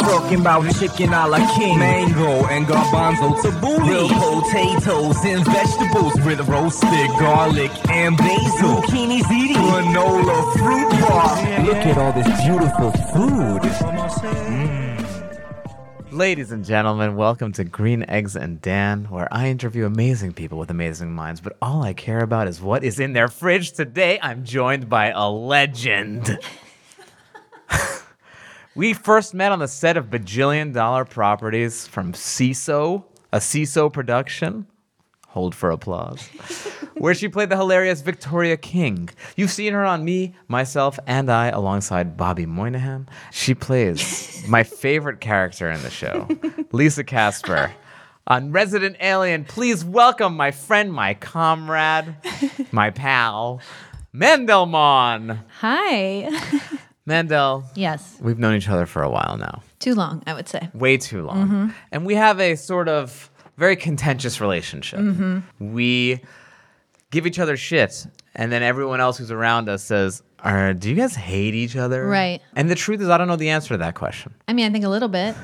Talking about chicken a la king, mango and garbanzo tabbouleh, real potatoes and vegetables with roasted garlic and basil, zucchini ziti, granola fruit bar. Look at all this beautiful food. Ladies and gentlemen, welcome to Green Eggs and Dan, where I interview amazing people with amazing minds, but all I care about is what is in their fridge. Today, I'm joined by a legend. we first met on the set of Bajillion Dollar Properties from CISO, a CISO production. Hold for applause. where she played the hilarious Victoria King. You've seen her on Me, Myself, and I alongside Bobby Moynihan. She plays my favorite character in the show, Lisa Casper. On Resident Alien, please welcome my friend, my comrade, my pal, Mandelmon. Hi. Mandel, yes. we've known each other for a while now. Too long, I would say. way too long. Mm-hmm. And we have a sort of very contentious relationship. Mm-hmm. We give each other shit, and then everyone else who's around us says, Are, Do you guys hate each other? Right. And the truth is, I don't know the answer to that question. I mean, I think a little bit.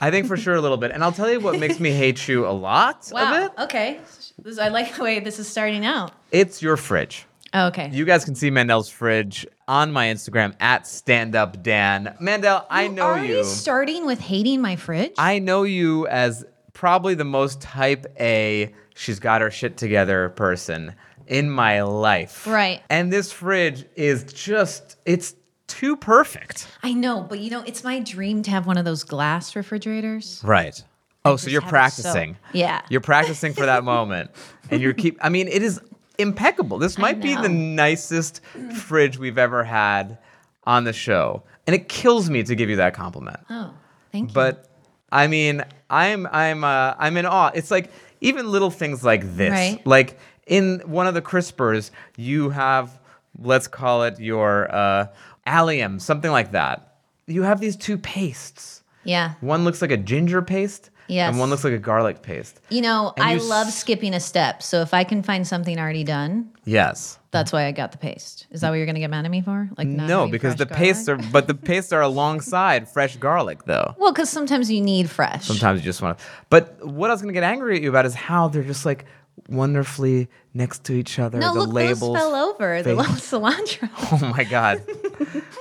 I think for sure a little bit. And I'll tell you what makes me hate you a lot of it Okay. This, I like the way this is starting out. it's your fridge. Oh, Okay. You guys can see Mandel's fridge on my Instagram at standupdan. Mandel, I know Already you. starting with hating my fridge? I know you as probably the most type A, she's got her shit together person in my life. Right. And this fridge is just, it's too perfect. I know, but you know, it's my dream to have one of those glass refrigerators. Right. Oh, so just you're have it so- practicing. Yeah. You're practicing for that moment. And you're keep, I mean, it is impeccable. This might be the know. nicest fridge we've ever had on the show. And it kills me to give you that compliment. Oh, thank you. but I mean, I'm I'm uh, I'm in awe. It's like even little things like this, Right. like in one of the crispers, you have let's call it your uh, allium, something like that. You have these two pastes. yeah. One looks like a ginger paste, Yes. and one looks like a garlic paste. You know, And I you love s- skipping a step. So if I can find something already done, Yes. that's why I got the paste. Is that what you're going to get mad at me for? Like not no, having because the fresh pastes are, garlic? but the pastes are alongside fresh garlic, though. Well, because sometimes you need fresh. Sometimes you just want to. But what I was going to get angry at you about is how they're just like wonderfully next to each other. No, the look, labels. those fell over. The fade. little cilantro. Oh my god!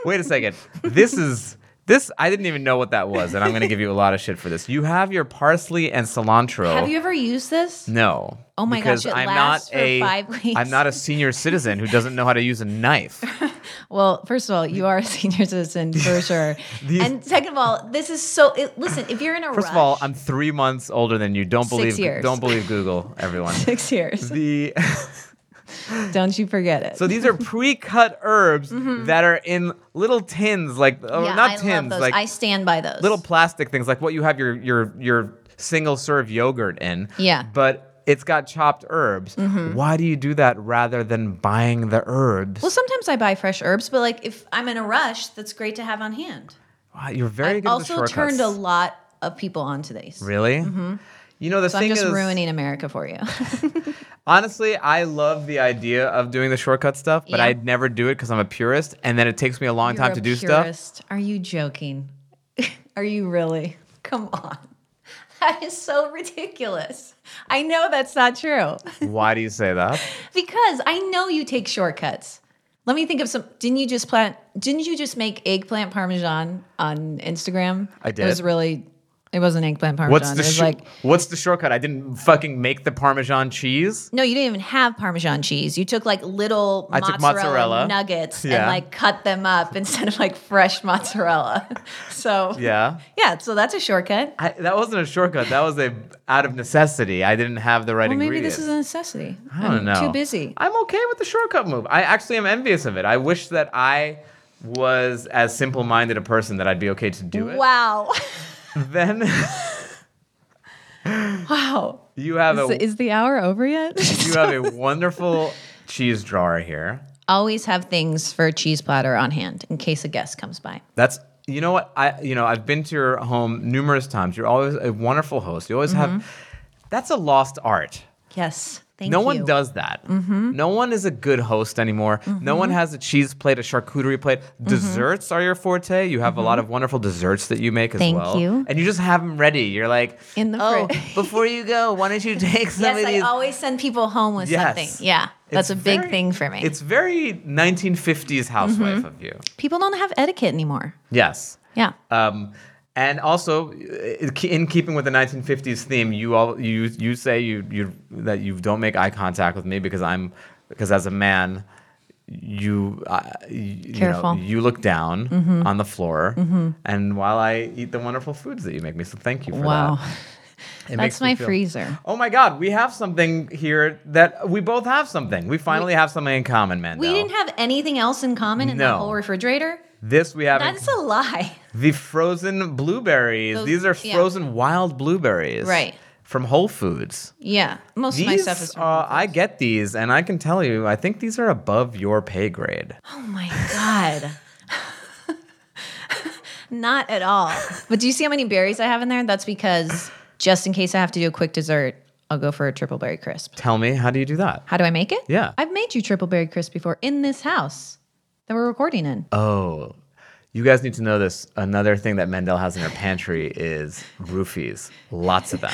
Wait a second. This is this. I didn't even know what that was, and I'm going to give you a lot of shit for this. You have your parsley and cilantro. Have you ever used this? No. Oh my because gosh, it I'm lasts not for a five weeks. am not a senior citizen who doesn't know how to use a knife. Well, first of all, you are a senior citizen for sure. and second of all, this is so. It, listen, if you're in a First rush, of all, I'm three months older than you. Don't Six believe years. don't believe Google, everyone. six years. The Don't you forget it. So these are pre-cut herbs that are in little tins, like oh, Mm-hmm. yeah, not I tins, love those. like I stand by those. little plastic things, like what you have your your your single serve yogurt in. Yeah. Mm-hmm. But it's got chopped herbs. Why do you do that rather than buying the herbs? Well, sometimes I buy fresh herbs, but like if I'm in a rush, that's great to have on hand. Wow, you're very I good at the also shortcuts. turned a lot of people onto these. really. You know the So I'm thing just is, ruining America for you. honestly, I love the idea of doing the shortcut stuff, but Yeah. I'd never do it because I'm a purist, and then it takes me a long time to do stuff. stuff. Are you joking? Are you really? Come on. That is so ridiculous. I know that's not true Why do you say that? because I know you take shortcuts. Let me think of some. Didn't you just plant? Didn't you just make eggplant parmesan on Instagram? I It was did. really. It wasn't eggplant parmesan. What's the it was sh- like What's the shortcut? I didn't fucking make the Parmesan cheese. no, you didn't even have parmesan cheese. You took like little I took mozzarella, mozzarella. nuggets Yeah. and like cut them up instead of like fresh mozzarella. so Yeah. yeah. So that's a shortcut. I, that wasn't a shortcut. That was a out of necessity. I didn't have the right Well, maybe ingredients. this is a necessity. I don't am know. Too busy. I'm okay with the shortcut move. I actually am envious of it. I wish that I was as simple minded a person that I'd be okay to do it, Wow. then wow. you have Is, a is the hour over yet? you have a wonderful cheese drawer here. Always have things for a cheese platter on hand in case a guest comes by. That's you know what I you know I've been to your home numerous times. You're always a wonderful host. You always have. Mm-hmm. That's a lost art. Yes. Thank no you. Mm-hmm. one does that. No one is a good host anymore. No one has a cheese plate, a charcuterie plate. Mm-hmm. Desserts are your forte. You have a lot of wonderful desserts that you make as Thank well. you. And you just have them ready. You're like, In the oh, fri- before you go, why don't you take some Yes, of I these? always send people home with Yes. something. Yeah. That's It's a big very- thing for me. Mm-hmm. It's very 1950s housewife of you. people don't have etiquette anymore. Yes. Yeah. Um, and also, i- in keeping with the 1950s theme, you all you you say you you that you don't make eye contact with me because I'm because as a man, you uh, you, you know Careful. Mm-hmm. you look down on the floor, and while I eat the wonderful foods that you make me, so thank you for wow. that. It makes That's me my feel- freezer. Oh my God, we have something here that we both have something. We finally have something in common, man. We didn't have anything else in common in No. the whole refrigerator. this. We have in That's a lie. The frozen blueberries. Those- These are yeah. frozen wild blueberries. Right. From Whole Foods. Yeah. Most These, of my stuff is from uh, I get these, and I can tell you, I think these are above your pay grade. Oh my God. Not at all. But do you see how many berries I have in there? That's because just in case I have to do a quick dessert, I'll go for a triple berry crisp. Tell me, how do you do that? How do I make it? Yeah. I've made you triple berry crisp before in this house that we're recording in. Oh, you guys need to know this. Another thing that Mendel has in her pantry is roofies, lots of them.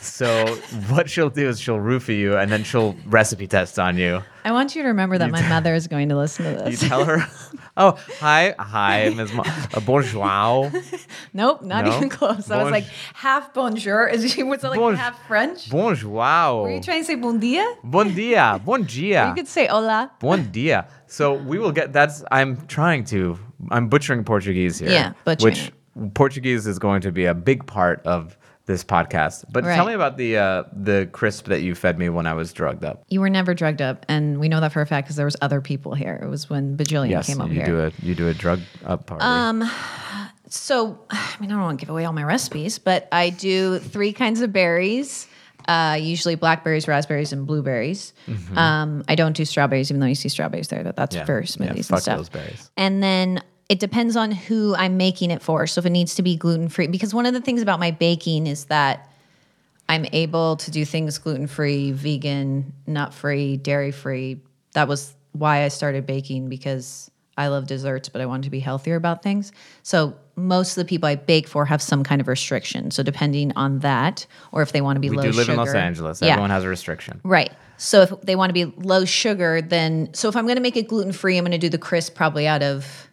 so what she'll do is she'll roofie you, and then she'll recipe test on you. I want you to remember that my mother is going to listen to You this. tell her, "Oh, hi, hi, Ms. Mo- uh, bonjour." nope, not No? even close. I was Bonj- like half bonjour. Is she was it like Bonj- half French? Bonjour. Were you trying to say bon dia? Bon dia, bon dia, You could say hola. bon dia. So we will get. That's I'm trying to. I'm butchering Portuguese here. Yeah, butchering Which Portuguese is going to be a big part of this podcast. But tell Right. me about the uh, the crisp that you fed me when I was drugged up. You were never drugged up, and we know that for a fact because there was other people here. It was when Bajillion Yes, Oh, came over you here. do a you do a drug up party. Um, So, I mean, I don't want to give away all my recipes, but I do three kinds of berries. Uh, usually blackberries, raspberries, and blueberries. Um, I don't do strawberries, even though you see strawberberries there. That that's Mm-hmm. Yeah. for Yeah, smoothies and fuck stuff. those berries. And then it depends on who I'm making it for. So if it needs to be gluten free, because one of the things about my baking is that I'm able to do things gluten free, vegan, nut free, dairy free. That was why I started baking because I love desserts, but I wanted to be healthier about things. So most of the people I bake for have some kind of restriction. So depending on that, or if they want to be we low do live in sugar- Los Angeles. Yeah. Everyone has a restriction. Right. So if they want to be low sugar, then so if I'm going to make it gluten free, I'm going to do the crisp probably out of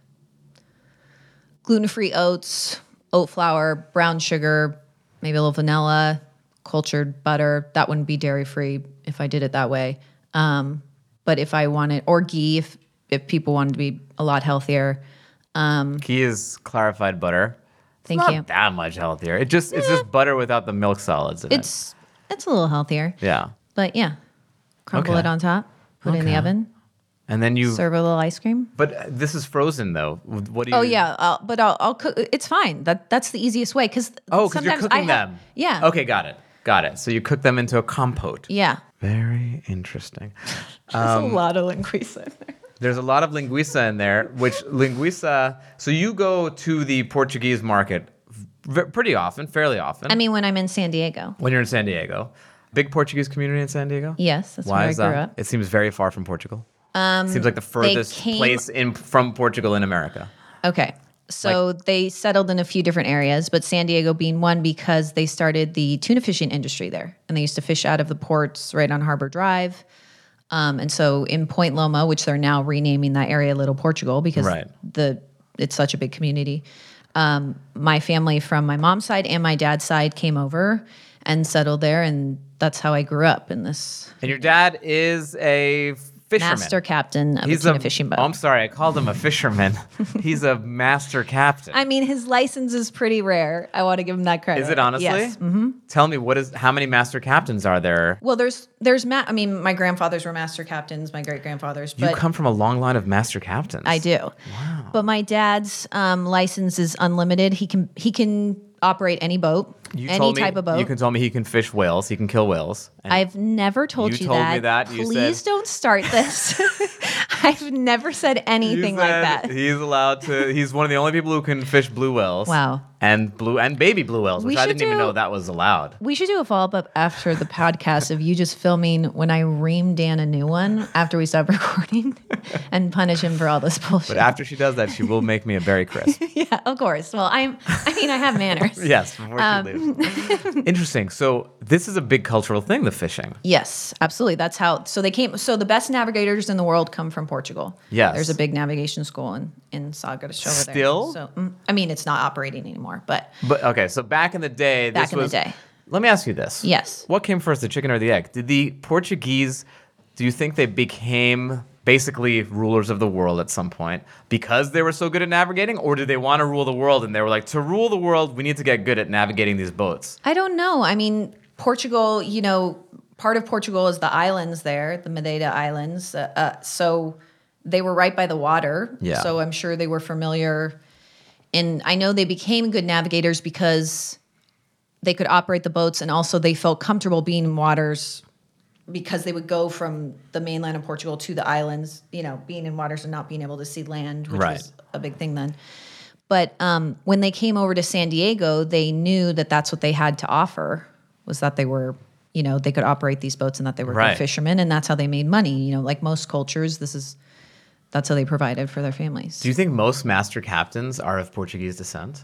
gluten free oats, oat flour, brown sugar, maybe a little vanilla, cultured butter. That wouldn't be dairy free if I did it that way. Um, but if I wanted or ghee, if if people wanted to be a lot healthier, Key is clarified butter. thank Not you. Eh. that much healthier. It just it's just butter without the milk solids in it. It's it's a little healthier, Yeah. but yeah, crumble Okay. it on top, put it in the Okay. oven, And then you serve a little ice cream. But uh, this is frozen though. What do you? Oh yeah, I'll, but I'll, I'll cook. It's fine. That that's the easiest way because Oh, because you're cooking have, them. Yeah. Okay, got it. Got it. So you cook them into a compote. Yeah. Very interesting. There's Um, a lot of linguiça. in there. There's a lot of linguiça in there, which linguiça. So you go to the Portuguese market v- pretty often, fairly often. I mean, when I'm in San Diego, when you're in San Diego, big Portuguese community in San Diego. yes, that's Why where is I grew that? up. It seems very far from Portugal. Um, seems like the furthest came- place in from Portugal in America. Okay. So they settled in a few different areas, but San Diego being one because they started the tuna fishing industry there. And they used to fish out of the ports right on Harbor Drive. Um, and so in Point Loma, which they're now renaming that area Little Portugal because Right. the it's such a big community. Um, my family from my mom's side and my dad's side came over and settled there, and that's how I grew up in this And your dad is a fisherman. master captain of a tuna fishing boat. I'm sorry, I called him a fisherman. He's a master captain. I mean, his license is pretty rare. I want to give him that credit. is it honestly? Yes. Mm-hmm. Tell me what is how many master captains are there? Well, there's there's ma- I mean, my grandfathers were master captains, my great grandfathers, You but come from a long line of master captains. I do. But my dad's um, license is unlimited. He can he can operate any boat, You any told me, type of boat. You can tell me he can fish whales. He can kill whales. And I've never told You you, told me that. that, you Please said- don't start this. I've never said you anything said like that. He's allowed to. He's one of the only people who can fish blue whales. Wow. And blue and baby blue whales, which We I should didn't even do- know that was allowed. We should do a follow up after the podcast of you just filming when I ream Dan a new one after we stop recording and punish him for all this bullshit. But after she does that, she will make me a berry crisp. yeah, of course. Well, I'm. I mean, I have manners. yes. Before Um, she leaves. Interesting. So this is a big cultural thing, the fishing. Yes, absolutely. That's how. So they came. So the best navigators in the world come from Portugal. Yes. there's a big navigation school in in Sagres over there. Still? so mm, I mean, it's not operating anymore, but But okay, so back in the day, Back this in the was- day. Let me ask you this. Yes. What came first, the chicken or the egg? Did the Portuguese? Do you think they became basically rulers of the world at some point because they were so good at navigating, or did they want to rule the world and they were like, to rule the world, we need to get good at navigating these boats? I don't know. I mean, Portugal, you know, part of Portugal is the islands there, the Madeira Islands. Uh, uh, so they were right by the water. Yeah. So I'm sure they were familiar. And I know they became good navigators because they could operate the boats and also they felt comfortable being in waters because they would go from the mainland of Portugal to the islands, you know, being in waters and not being able to see land, which Right. was a big thing then. But um, when they came over to San Diego, they knew that that's what they had to offer was that they were, you know, they could operate these boats and that they were good Right. fishermen, and that's how they made money. You know, like most cultures, this is that's how they provided for their families. Do you think most master captains are of Portuguese descent?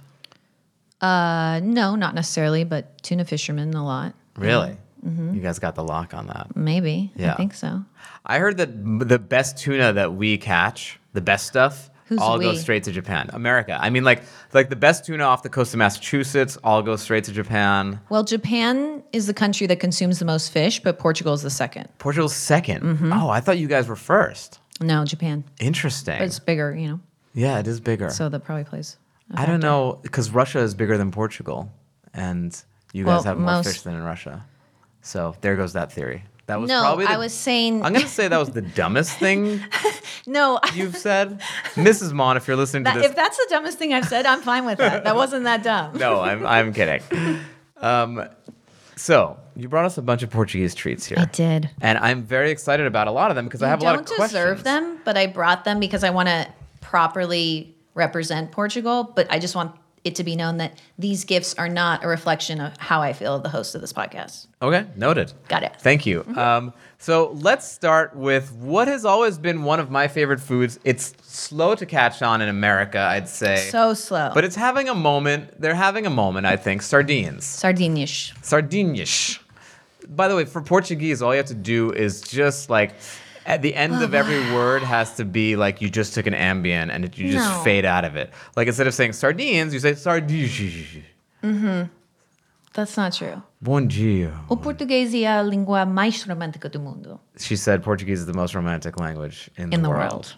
Uh, no, not necessarily, but tuna fishermen a lot, Really? Mm-hmm. You guys got the lock on that. maybe. Yeah. I think so. I heard that m- the best tuna that we catch, the best stuff, Who's all we? goes straight to Japan, America. I mean, like like the best tuna off the coast of Massachusetts, all goes straight to Japan. Well, Japan is the country that consumes the most fish, but Portugal is the second. Portugal's 2nd Mm-hmm. Oh, I thought you guys were first. No, Japan. Interesting. But it's bigger, you know, yeah, it is bigger. so that probably plays. I don't know because Russia is bigger than Portugal, and you guys Well, have more most- fish than in Russia. So there goes that theory. That was No, probably. I the- was saying- I'm gonna say that was the dumbest thing No, you've said, Mrs. Mon. If you're listening to That, this, if that's the dumbest thing I've said, I'm fine with that. That wasn't that dumb. no, I'm I'm kidding. Um, so you brought us a bunch of Portuguese treats here. I did. and I'm very excited about a lot of them because I have a lot don't of questions. deserve them, but I brought them because I want to properly represent Portugal. But I just want it to be known that these gifts are not a reflection of how I feel of the host of this podcast. Okay, noted. Got it. Mm-hmm. Thank you. Um, so let's start with what has always been one of my favorite foods. It's slow to catch on in America, I'd say. So slow. but it's having a moment. They're having a moment, I think. Sardines. Sardinish. Sardinhas. By the way, for Portuguese, all you have to do is just like at the end of every word has to be like you just took an Ambien and it, you just No. fade out of it. Like instead of saying sardines, you say sardinhas. That's not true. Bom dia. O português é a língua mais romântica do mundo. She said Portuguese is the most romantic language in, In the, the world.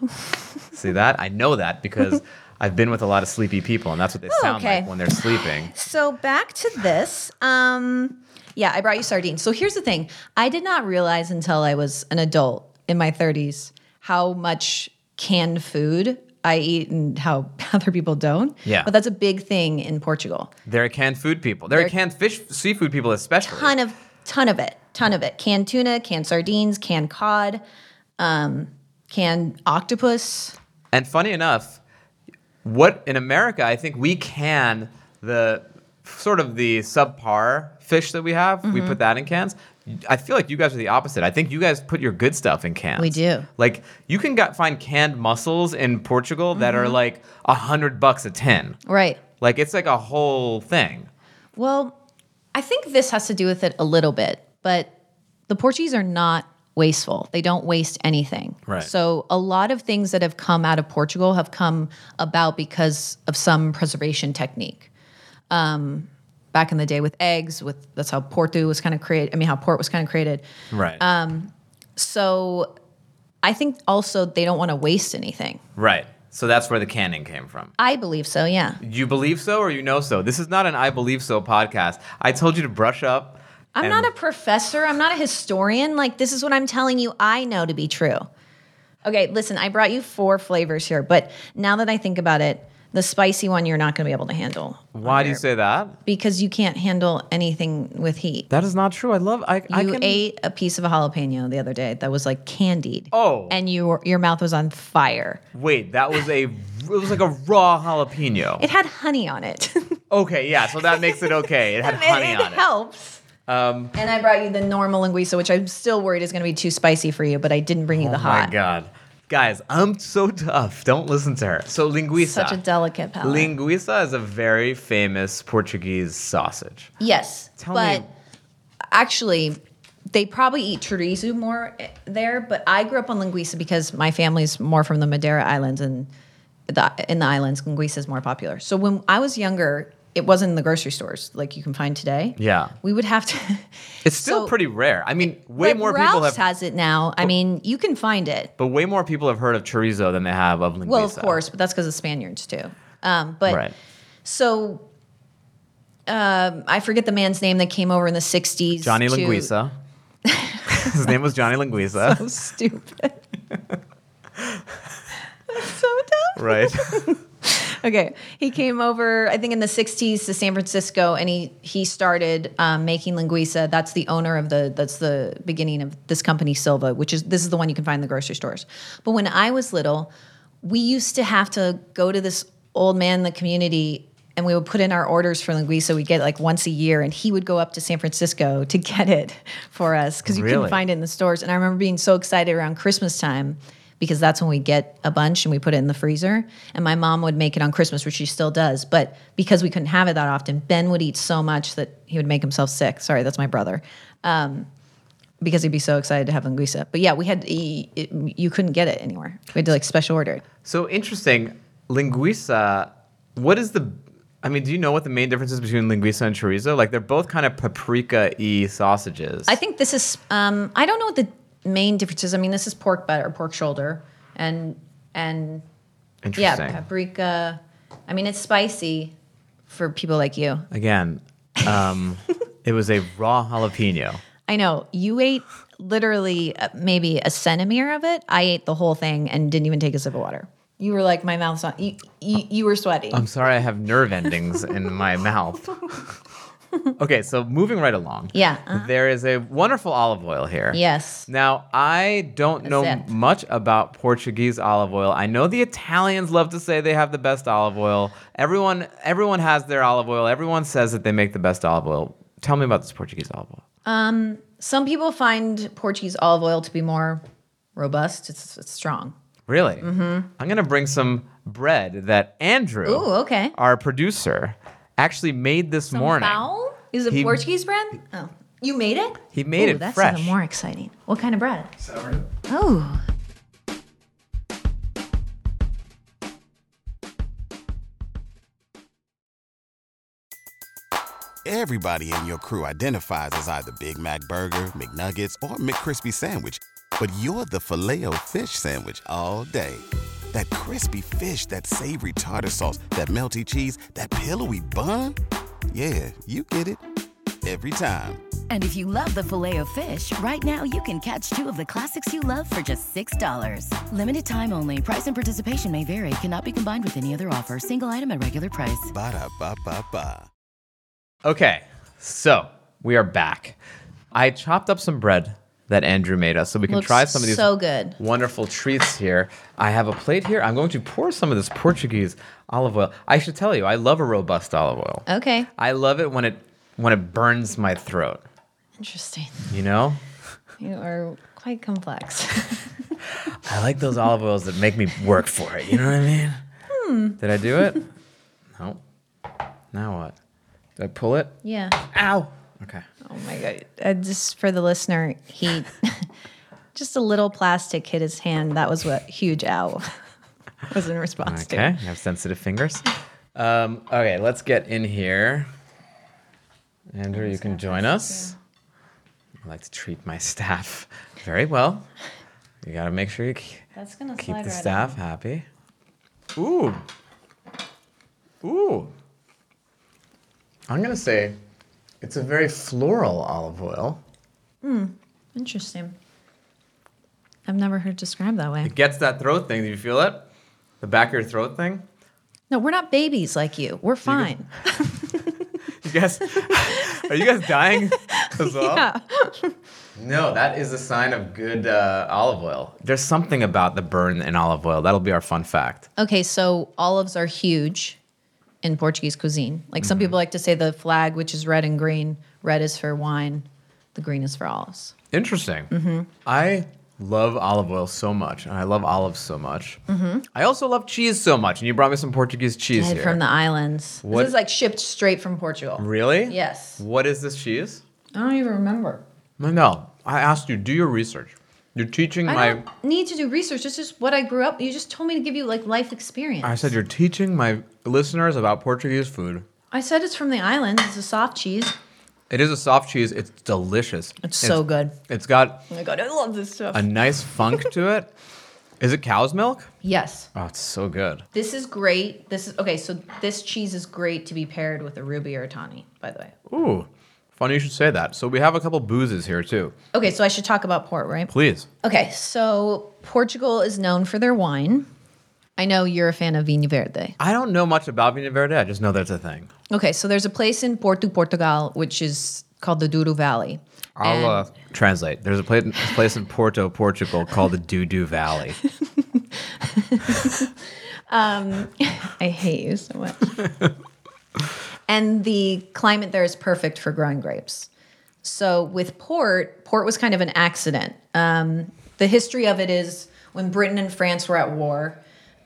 See that? I know that because I've been with a lot of sleepy people and that's what they sound Oh, okay. like when they're sleeping. So back to this. Um, yeah, I brought you sardines. So here's the thing: I did not realize until I was an adult in my 30s how much canned food I eat and how other people don't. Yeah. but that's a big thing in Portugal. They're canned food people. They're, They're- canned fish, seafood people especially. Ton of, ton of it, ton of it. Canned tuna, canned sardines, canned cod, um, canned octopus. And funny enough, what in America, I think we can the sort of the subpar fish that we have, we Mm-hmm. put that in cans. I feel like you guys are the opposite. I think you guys put your good stuff in cans. We do. Like you can got, find canned mussels in Portugal that Mm-hmm. are like a hundred bucks a tin. Right. Like it's like a whole thing. Well, I think this has to do with it a little bit, but the Portuguese are not wasteful. They don't waste anything. Right. So a lot of things that have come out of Portugal have come about because of some preservation technique. Um, back in the day with eggs, with that's how Porto was kind of created. I mean, how port was kind of created. Right. Um, So I think also they don't want to waste anything. right. So that's where the canning came from. I believe so. Yeah. You believe so or you know so? This is not an I believe so podcast. I told you to brush up. I'm and- not a professor. I'm not a historian. Like this is what I'm telling you. I know to be true. Okay, listen, I brought you four flavors here, but now that I think about it, the spicy one you're not going to be able to handle. Why do you say that? Because you can't handle anything with heat. That is not true. I love. I, I you can, ate a piece of a jalapeno the other day that was like candied. Oh. Mm. And you were, your mouth was on fire. Wait, that was a. It was like a raw jalapeno. It had honey on it. okay, yeah. So that makes it okay. It had honey it on it. Um, helps. and I brought you the normal linguiça, which I'm still worried is going to be too spicy for you, but I didn't bring you the Oh hot. my god, guys, I'm so tough. Don't listen to her. So linguiça. Such a delicate palate. Linguiça is a very famous Portuguese sausage. Yes, Tell but me- actually, they probably eat chorizo more eh, there. But I grew up on linguiça because my family's more from the Madeira Islands, and the, in the islands, linguiça is more popular. So when I was younger, it wasn't in the grocery stores like you can find today. Yeah. we would have to. It's still So- pretty rare. I mean, way But more Ralph's people have, Oh. has it now. I mean, you can find it. but way more people have heard of chorizo than they have of linguiça. Well, of course, but that's because of Spaniards too. Um, but Right. so. Um, I forget the man's name that came over in the '60s. Johnny to- Linguiça. His name was Johnny Linguiça. so stupid. so dumb. right. Okay, he came over, I think, in the '60s to San Francisco, and he he started um, making linguiça. That's the owner of the that's the beginning of this company Silva, which is this is the one you can find in the grocery stores. But when I was little, we used to have to go to this old man in the community. And we would put in our orders for linguiça. We'd get it like once a year, and he would go up to San Francisco to get it for us because you Really? couldn't find it in the stores. And I remember being so excited around Christmas time because that's when we get a bunch and we put it in the freezer. And my mom would make it on Christmas, which she still does. But because we couldn't have it that often, Ben would eat so much that he would make himself sick. Sorry, that's my brother. Um, because he'd be so excited to have linguiça. But yeah, we had e- it, you couldn't get it anywhere. We had to like special order it. So interesting. Linguiça, what is the I mean, do you know what the main difference is between linguiça and chorizo? Like they're both kind of paprika-y sausages. I think this is. Um, I don't know what the main difference is. I mean, this is pork butt or pork shoulder, and and yeah, interesting. paprika. I mean, it's spicy for people like you. Again, um, it was a raw jalapeno. I know you ate literally uh, maybe a centimeter of it. I ate the whole thing and didn't even take a sip of water. You were like, my mouth's on. You you, you were sweaty. I'm sorry I have nerve endings in my mouth. okay, so moving right along. Yeah, uh-huh. There is a wonderful olive oil here. yes. Now, I don't know it. much about Portuguese olive oil. I know the Italians love to say they have the best olive oil. Everyone everyone has their olive oil. Everyone says that they make the best olive oil. Tell me about this Portuguese olive oil. Some people find Portuguese olive oil to be more robust. It's, it's strong. Really? Mm-hmm. I'm going to bring some bread that Andrew, Ooh, okay. our producer, actually made this morning. Fowl? Is it He- Portuguese bread? Oh, you made it? He made Ooh, it that's fresh. even more exciting. What kind of bread? Sourdough. Oh, Everybody in your crew identifies as either Big Mac Burger, McNuggets, or McCrispy Sandwich. But you're the filet fish Sandwich all day. That crispy fish, that savory tartar sauce, that melty cheese, that pillowy bun. Yeah, you get it. Every time. And if you love the filet of fish, right now you can catch two of the classics you love for just $6. Limited time only. Price and participation may vary. Cannot be combined with any other offer. Single item at regular price. Ba-da-ba-ba-ba. Okay, so we are back. I chopped up some bread that Andrew made us so we can Looks try some of these so good. wonderful treats here. I have a plate here. I'm going to pour some of this Portuguese olive oil. I should tell you, I love a robust olive oil. okay. I love it when it when it burns my throat, Interesting. you know? You are quite complex. I like those olive oils that make me work for it. You know what I mean? Did I do it? No. Now what? Did I pull it? yeah. Ow. Okay. Oh my god. Uh, just for the listener, he just a little plastic hit his hand. That was what huge owl was in response Okay, to. I have sensitive fingers. Um, okay, let's get in here. Andrew, you can join us. I like to treat my staff very well. You got to make sure you k- That's gonna keep slide the right staff happy. Ooh. Ooh. I'm going to say it's a very floral olive oil. Interesting. I've never heard described that way. It gets that throat thing. Do you feel it? The back of your throat thing. No, we're not babies like you. We're fine. You guys, are you guys dying as well? Yeah. No, that is a sign of good uh, olive oil. There's something about the burn in olive oil. That'll be our fun fact. Okay, so olives are huge in Portuguese cuisine. Like Mm-hmm. some people like to say the flag, which is red and green, red is for wine, the green is for olives. Interesting. I love olive oil so much, and I love olives so much. I also love cheese so much, and you brought me some Portuguese cheese Head here. from the islands. What- This is like shipped straight from Portugal. really? Yes. What is this cheese? I don't even remember. No, I asked you. Do your research. You're teaching I my. don't need to do research. This is what I grew up. You just told me to give you like life experience. I said you're teaching my listeners about Portuguese food. I said it's from the islands. It's a soft cheese. It is a soft cheese. It's delicious. It's, so good. It's got Oh my god, I love this stuff. a nice funk to it. Is it cow's milk? yes. Oh, it's so good. This is great. This is okay. So this cheese is great to be paired with a ruby or a tawny. By the way. Ooh, funny you should say that. So we have a couple boozes here too. Okay, so I should talk about port, right? Please. Okay, so Portugal is known for their wine. I know you're a fan of Vinho Verde. I don't know much about Vinho Verde. I just know that's a thing. Okay, so there's a place in Porto, Portugal, which is called the Douro Valley. I'll And- uh, translate. There's a place, a place in Porto, Portugal called the Dudu Valley. I hate you so much. and the climate there is perfect for growing grapes. So with port, port was kind of an accident. Um, the history of it is when Britain and France were at war,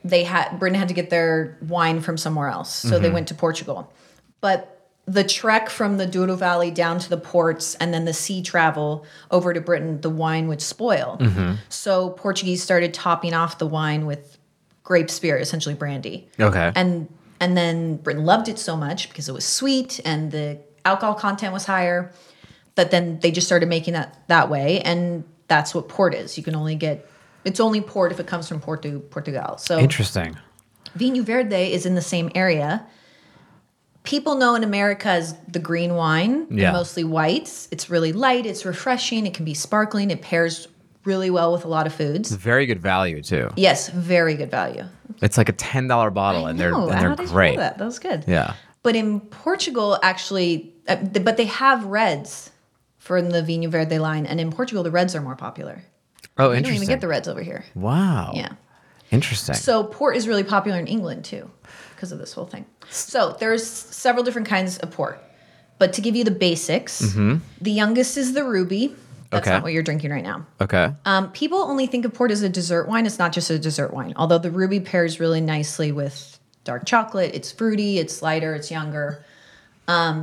they had Britain had to get their wine from somewhere else, so they went to Portugal. But the trek from the Douro Valley down to the ports and then the sea travel over to Britain, the wine would spoil. So Portuguese started topping off the wine with grape spirit, essentially brandy. Okay. And and then Britain loved it so much because it was sweet and the alcohol content was higher. But then they just started making that that way, and that's what port is. You can only get it's only port if it comes from Porto Portugal. So Interesting. Vinho Verde is in the same area. People know in America as the green wine, and Yeah. mostly whites. It's really light, it's refreshing, it can be sparkling, it pairs really well with a lot of foods. Very good value too. Yes, very good value. It's like a ten dollar bottle, and they're Oh, and they're how did you know great. that? that was good. Yeah. But in Portugal, actually, uh, th- but they have reds for the Vinho Verde line, and in Portugal, the reds are more popular. Oh, You don't even interesting. get the reds over here. wow. Yeah. Interesting. So port is really popular in England too, because of this whole thing. So there's several different kinds of port, but to give you the basics, the youngest is the ruby. That's Mm-hmm. Okay. not what you're drinking right now. okay. Um, people only think of port as a dessert wine. It's not just a dessert wine, although the ruby pairs really nicely with dark chocolate. It's fruity, it's lighter, it's younger. Um,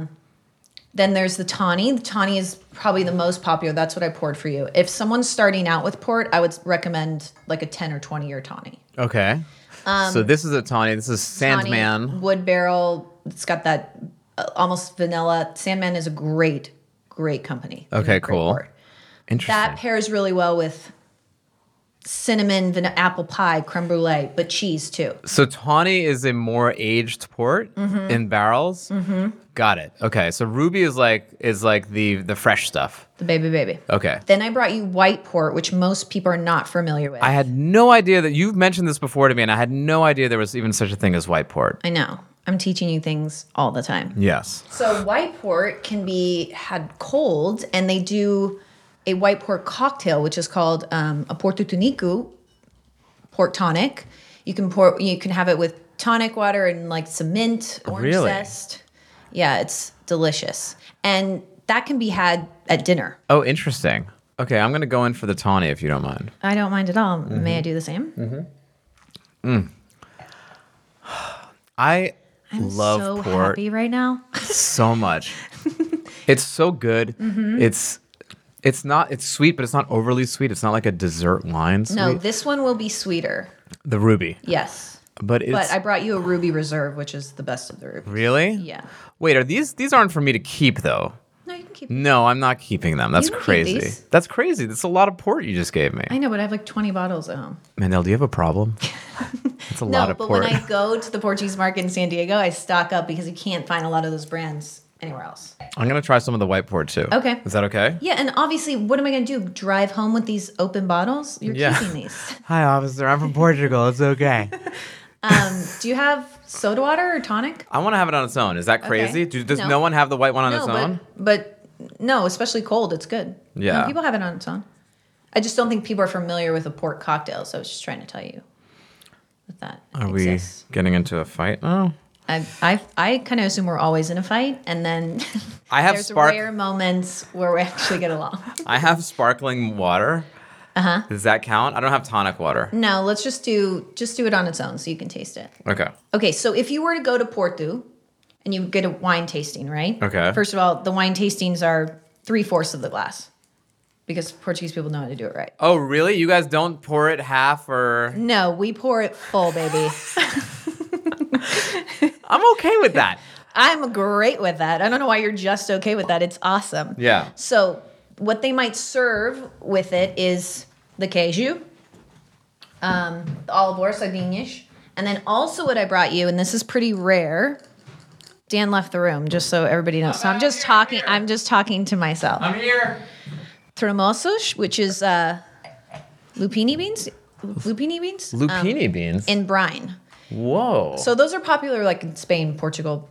then there's the tawny. The tawny is probably the most popular. That's what I poured for you. If someone's starting out with port, I would recommend like a 10 or 20 year tawny. okay. so this is a tawny. This is Um, Tawny, Sandman. Wood barrel. It's got that uh, almost vanilla. Sandman is a great, great company. They Okay, make great cool. port. Interesting. That pairs really well with cinnamon, van- apple pie, creme brulee, but cheese too. So tawny is a more aged port Mm-hmm. in barrels. Got it. Okay. So ruby is like is like the the fresh stuff. The baby, baby. Okay. Then I brought you white port, which most people are not familiar with. I had no idea that you've mentioned this before to me, and I had no idea there was even such a thing as white port. I know. I'm teaching you things all the time. Yes. So white port can be had cold, and they do a white port cocktail, which is called um, a porto tunicu, port tonic. You can pour, you can have it with tonic water and like some mint, orange Really? zest. Yeah, it's delicious, and that can be had at dinner. Oh, interesting. Okay, I'm gonna go in for the tawny if you don't mind. I don't mind at all. Mm-hmm. May I do the same? I I'm love so port happy right now. so much. it's so good. Mm-hmm. It's it's not it's sweet, but it's not overly sweet. It's not like a dessert wine. Sweet. No, this one will be sweeter. the ruby. Yes, But it's but I brought you a ruby reserve, which is the best of the ruby. really Yeah. Wait, are these these aren't for me to keep though? No, you can keep. No, I'm not keeping them. That's You don't keep crazy. these. That's crazy. That's a lot of port you just gave me. I know, but I have like 20 bottles at home. Mandel, do you have a problem? That's a No, lot of but port. when I go to the Portuguese market in San Diego, I stock up because you can't find a lot of those brands anywhere else. I'm gonna try some of the white port too. Okay. Is that okay? Yeah, and obviously, what am I going to do? Drive home with these open bottles? You're Yeah. keeping these. Hi, officer. I'm from Portugal. It's okay. Um, do you have soda water or tonic? I want to have it on its own. Is that crazy? Okay. Do, does no. No. one have the white one on its own? but but no, especially cold. It's good. No, Yeah. people have it on its own. I just don't think people are familiar with a port cocktail, so I was just trying to tell you that that Are we exists. getting into a fight? Oh. I I, I kind of assume we're always in a fight, and then I have there's spark. rare moments where we actually get along. I have sparkling water. Uh-huh. Uh huh. Does that count? I don't have tonic water. no, let's just do just do it on its own, so you can taste it. Okay. Okay, so if you were to go to Porto and you get a wine tasting, right? Okay. First of all, the wine tastings are three fourths of the glass because Portuguese people know how to do it right. Oh, really? You guys don't pour it half or? No, we pour it full, baby. I'm okay with that. I'm great with that. I don't know why you're just okay with that. It's awesome. Yeah. So, what they might serve with it is the queijo, um, the olive oil, sardinish, and then also what I brought you, and this is pretty rare. Dan left the room, just so everybody knows. So I'm just talking. I'm just talking to myself. I'm here. Tremosos, which is uh, lupini beans, lupini beans, Um, Lupini beans. in brine. Whoa. So those are popular, like in Spain, Portugal,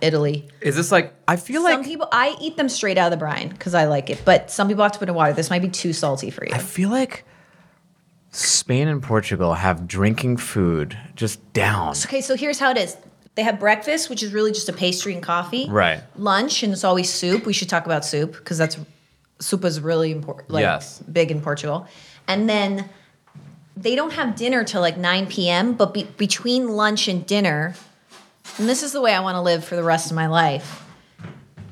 Italy. Is this like? I feel like. some people I eat them straight out of the brine because I like it, but some people have to put in water. This might be too salty for you. I feel like. Spain and Portugal have drinking food just down. Okay, so here's how it is. They have breakfast, which is really just a pastry and coffee. Right. Lunch, and it's always soup. We should talk about soup because that's soup is really important. Like, Yes. Big in Portugal, and then they don't have dinner till like 9 p.m. But be- between lunch and dinner, and this is the way I want to live for the rest of my life.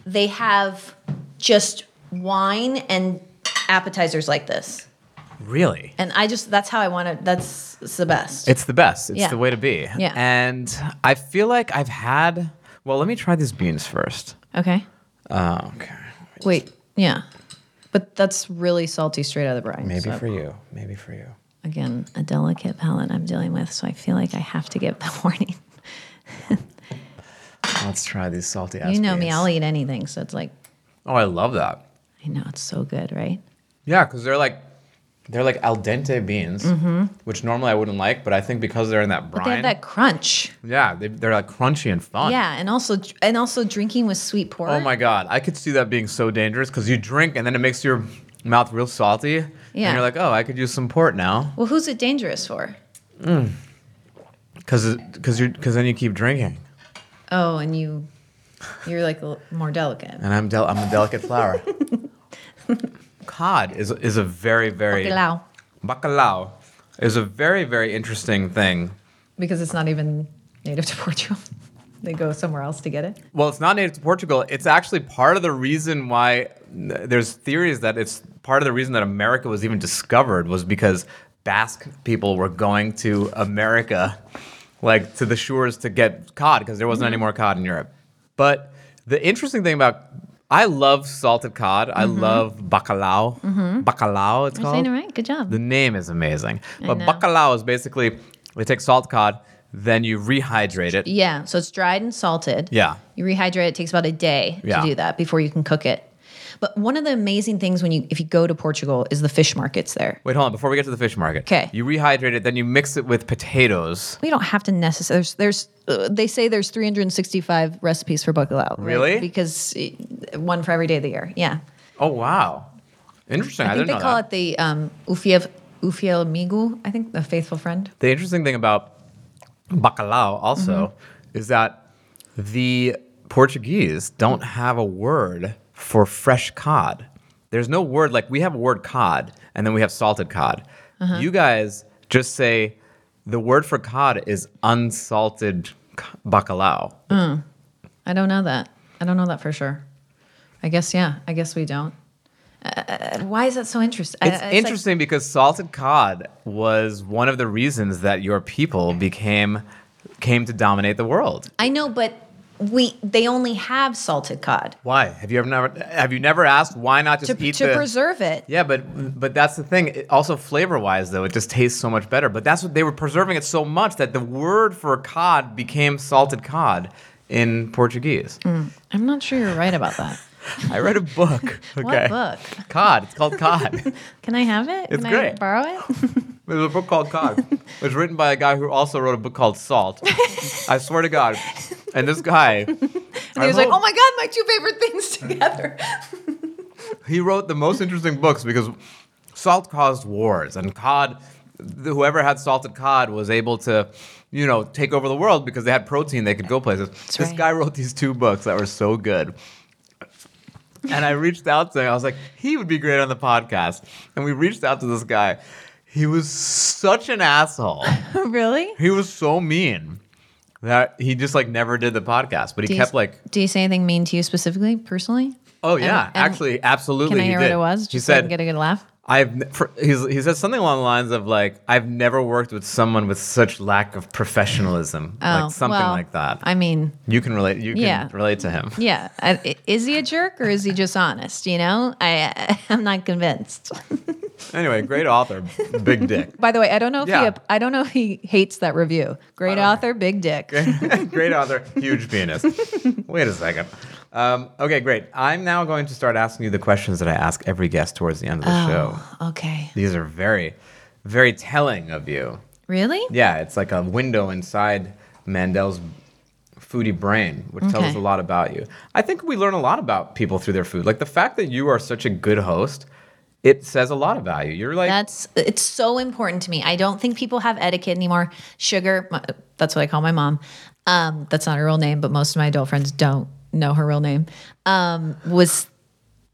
They have just wine and appetizers like this, Really? and I just that's how I want to. That's it's the best. It's the best. It's Yeah. the way to be. Yeah. And I feel like I've had. Well, let me try these beans first. okay. Oh, okay. Wait, yeah. But that's really salty straight out of the brine. Maybe so, for you. Maybe for you. again, a delicate palate I'm dealing with, so I feel like I have to give the warning. Let's try these salty ass you know me, beans. I'll eat anything, so it's like Oh, I love that. I know it's so good, right? Yeah, because they're like they're like al dente beans, which normally I wouldn't like, but I think because they're in that Mm-hmm. But they brine, have that crunch. yeah, they, they're like crunchy and fun. Yeah, and also and also drinking with sweet pork. Oh my god, I could see that being so dangerous because you drink and then it makes your mouth real salty. And Yeah. you're like, oh, I could use some port now, Well, who's it dangerous for? because because you because then you keep drinking. Oh, and you you're like l- more delicate. And I'm del- I'm a delicate flower. Cod is is a very very Bacalao. Bacalao is a very very interesting thing. Because it's not even native to Portugal. they go somewhere else to get it. Well, it's not native to Portugal. It's actually part of the reason why there's theories that it's part of the reason that America was even discovered was because Basque people were going to America, like to the shores to get cod because there wasn't any more cod in Europe. But the interesting thing about I love salted cod. I love bacalao. Bacalao, it's You're called. saying it right. Good job. The name is amazing. But know. bacalao is basically they take salt cod, then you rehydrate it. Yeah, so it's dried and salted. Yeah. You rehydrate it, takes about a day Yeah. to do that before you can cook it. But one of the amazing things when you if you go to Portugal is the fish markets there. Wait, hold on. Before we get to the fish market, 'Kay. You rehydrate it, then you mix it with potatoes. We don't have to necessarily there's, there's uh, they say there's 365 recipes for bacalao. right? Really? Because uh, one for every day of the year. Yeah. Oh wow, interesting. I, I think didn't they know call that. it the um ufiel ufiel amigo, I think the faithful friend. The interesting thing about bacalhau also Mm-hmm. is that the Portuguese don't have a word for fresh cod. There's no word like we have a word cod, and then we have salted cod. Uh-huh. You guys just say the word for cod is unsalted c- bacalhau. I don't know that. I don't know that for sure. I guess yeah. I guess we don't. Uh, why is that so interesting? It's interesting because salted cod was one of the reasons that your people became came to dominate the world. I know, but we they only have salted cod Why? Have you ever never have you never asked why not to, just eat to the preserve it. Yeah, but but that's the thing. It- also flavor wise though, it just tastes so much better. But that's what they were preserving it so much that the word for cod became salted cod. in Portuguese. Mm. I'm not sure you're right about that. I read a book. Okay. What book? Cod. It's called Cod. Can I have it? It's Can I great. borrow it? There's a book called Cod. It was written by a guy who also wrote a book called Salt. I swear to God. And this guy, And he was like, hope- "Oh my god, my two favorite things together." he wrote the most interesting books because salt caused wars, and cod, th- whoever had salted cod was able to, you know, take over the world because they had protein. They could go places. this right. guy wrote these two books that were so good. And I reached out to him. I was like, he would be great on the podcast. And we reached out to this guy. He was such an asshole. really? He was so mean that he just like never did the podcast, but he Do you- kept like, Do you say anything mean to you specifically, personally? oh yeah, and- actually, absolutely. Can I he hear did. what it was? He Just so I said, can get a good laugh. I've ne- for, he's, he says something along the lines of like I've never worked with someone with such lack of professionalism, like something Oh, well, like that. I mean, you can relate. You can Yeah. relate to him. yeah. I, i- is he a jerk or is he just honest? You know, I I'm not convinced. Anyway, great author, big dick. By the way, I don't know if Yeah. he I don't know if he hates that review. Great author, big dick. great author, huge penis. Wait a second. Um, okay, great. I'm now going to start asking you the questions that I ask every guest towards the end of the Oh. show. Okay. These are very, very telling of you. Really? Yeah, it's like a window inside Mandel's foodie brain, which tells us Okay. a lot about you. I think we learn a lot about people through their food. Like the fact that you are such a good host, it says a lot about you. You're like, That's it's so important to me. I don't think people have etiquette anymore. Sugar, my, that's what I call my mom. Um, that's not her real name, but most of my adult friends don't know her real name. Um, was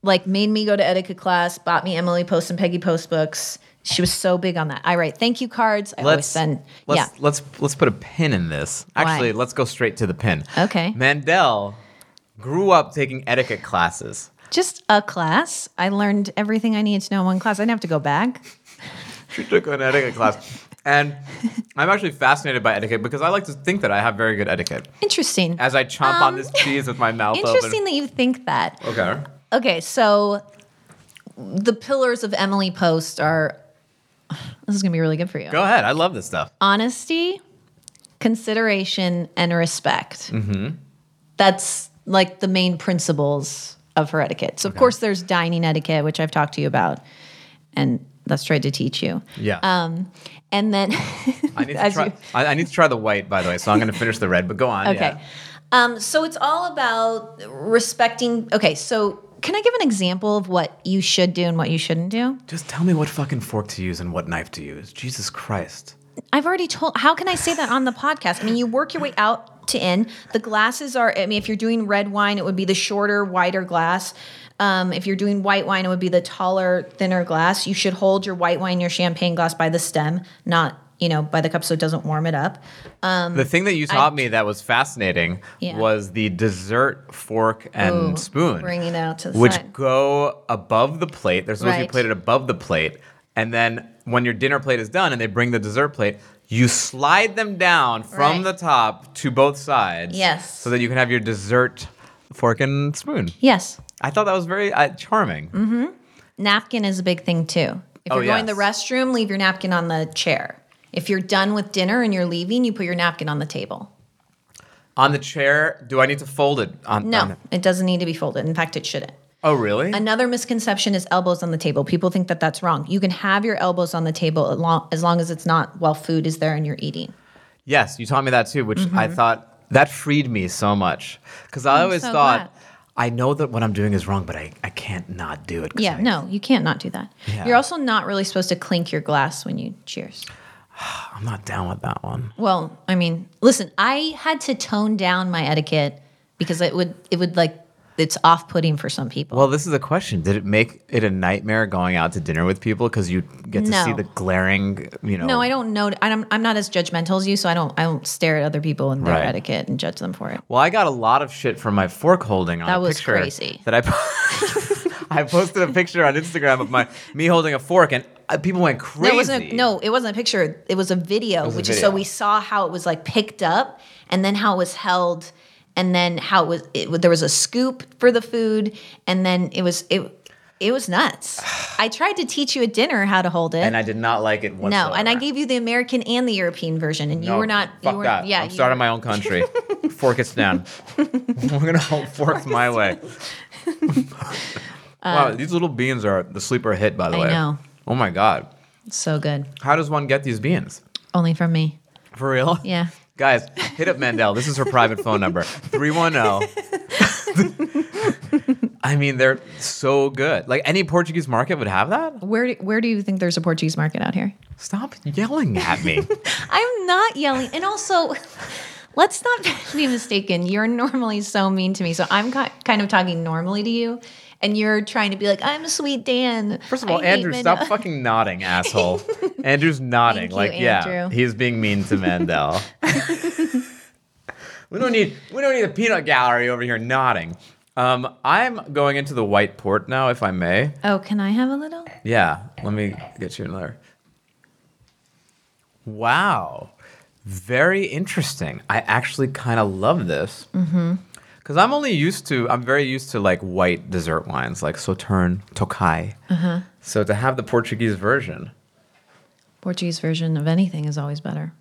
like made me go to etiquette class, bought me Emily Post and Peggy Post books. She was so big on that. I write thank you cards. I always let's send. let's yeah, let's let's put a pin in this. Actually, let's go straight to the pin. Okay. Mandel grew up taking etiquette classes. just a class. I learned everything I needed to know in one class. I didn't have to go back. She took an etiquette class. And I'm actually fascinated by etiquette because I like to think that I have very good etiquette. Interesting. As I chomp on Um, this cheese with my mouth Interesting that you think that. open. Okay. Okay, so the pillars of Emily Post are this is going to be really good for you. Go ahead. I love this stuff. Um, Honesty, consideration, and respect. Mm-hmm. That's like the main principles of her etiquette. So, of course, there's dining etiquette, which I've talked to you about, and that's tried to teach you. Yeah. Um, and then, I need to as try. you- I, I need to try the white, by the way. So I'm going to finish the red. But go on. Okay. Um, so it's all about respecting. Okay, so can I give an example of what you should do and what you shouldn't do? Just tell me what fucking fork to use and what knife to use. Jesus Christ. I've already told. How can I say that on the podcast? I mean, you work your way out to in. The glasses are. I mean, if you're doing red wine, it would be the shorter, wider glass. Um, if you're doing white wine, it would be the taller, thinner glass. You should hold your white wine, your champagne glass by the stem, not you know by the cup, so it doesn't warm it up. the thing that you taught me that was fascinating Mm. Yeah. was the dessert fork and Ooh, spoon, Bring it out to the which side. go above the plate. They're supposed to be Right. plated above the plate, and then when your dinner plate is done and they bring the dessert plate. You slide them down from Right. the top to both sides. Yes. So that you can have your dessert fork and spoon. Yes. I thought that was very uh, charming. Mm-hmm. napkin is a big thing too. If Oh, you're going to the yes. restroom, leave your napkin on the chair. If you're done with dinner and you're leaving, you put your napkin on the table. On the chair, do I need to fold it? On, No, on- it doesn't need to be folded. In fact, it shouldn't. oh, really? Another misconception is elbows on the table. People think that that's wrong. You can have your elbows on the table as long as, long as it's not while food is there and you're eating. yes, you taught me that too, which I thought that freed me so much because I always Mm-hmm. so thought glad. I know that what I'm doing is wrong, but I, I can't not do it. 'cause Yeah, I- no, you can't not do that. Yeah. You're also not really supposed to clink your glass when you cheers. I'm not down with that one. Well, I mean, listen, I had to tone down my etiquette because it would it would like it's off-putting for some people. Well, this is a question. Did it make it a nightmare going out to dinner with people because you get to see No. the glaring, you know? No, I don't know. I'm I'm not as judgmental as you, so I don't I don't stare at other people and their Right. etiquette and judge them for it. Well, I got a lot of shit from my fork holding on That a was picture crazy. That I, po- I posted a picture on Instagram of my me holding a fork, and uh, people went crazy. No, it wasn't. A, no, it wasn't a picture. It was a video, was a which is so video. we saw how it was like picked up, and then how it was held, and then how it was. It, there was a scoop for the food, and then it was it. It was nuts. I tried to teach you at dinner how to hold it. and I did not like it no, whatsoever. and I gave you the American and the European version, and you No, were not. Fuck you were, that. Yeah, I'm you- starting my own country. fork gets down. We're gonna all fork my way. wow, these little beans are the sleeper hit, by the Um, I way. know. Oh my god, It's so good. how does one get these beans? Only from me. For real? Yeah. Guys, hit up Mandel. This is her private phone number 310. I mean, they're so good. Like any Portuguese market would have that. Where do, where do you think there's a Portuguese market out here? Stop yelling at me. I'm not yelling. And also, let's not be mistaken. You're normally so mean to me. So I'm ki- kind of talking normally to you, and you're trying to be like, I'm sweet Dan. First of all, I hate Andrew, Mandel." stop fucking nodding, asshole. Andrew's nodding. Thank you, like, yeah, Andrew. he's being mean to Mandel. we don't need we don't need a peanut gallery over here nodding. Um, I'm going into the white port now, if I may. Oh, can I have a little? Yeah, let me get you another. Wow, very interesting. I actually kind of love this because I'm only used to I'm very used to like white dessert wines like Sauternes, Tokai. So to have the Portuguese version, Portuguese version of anything is always better.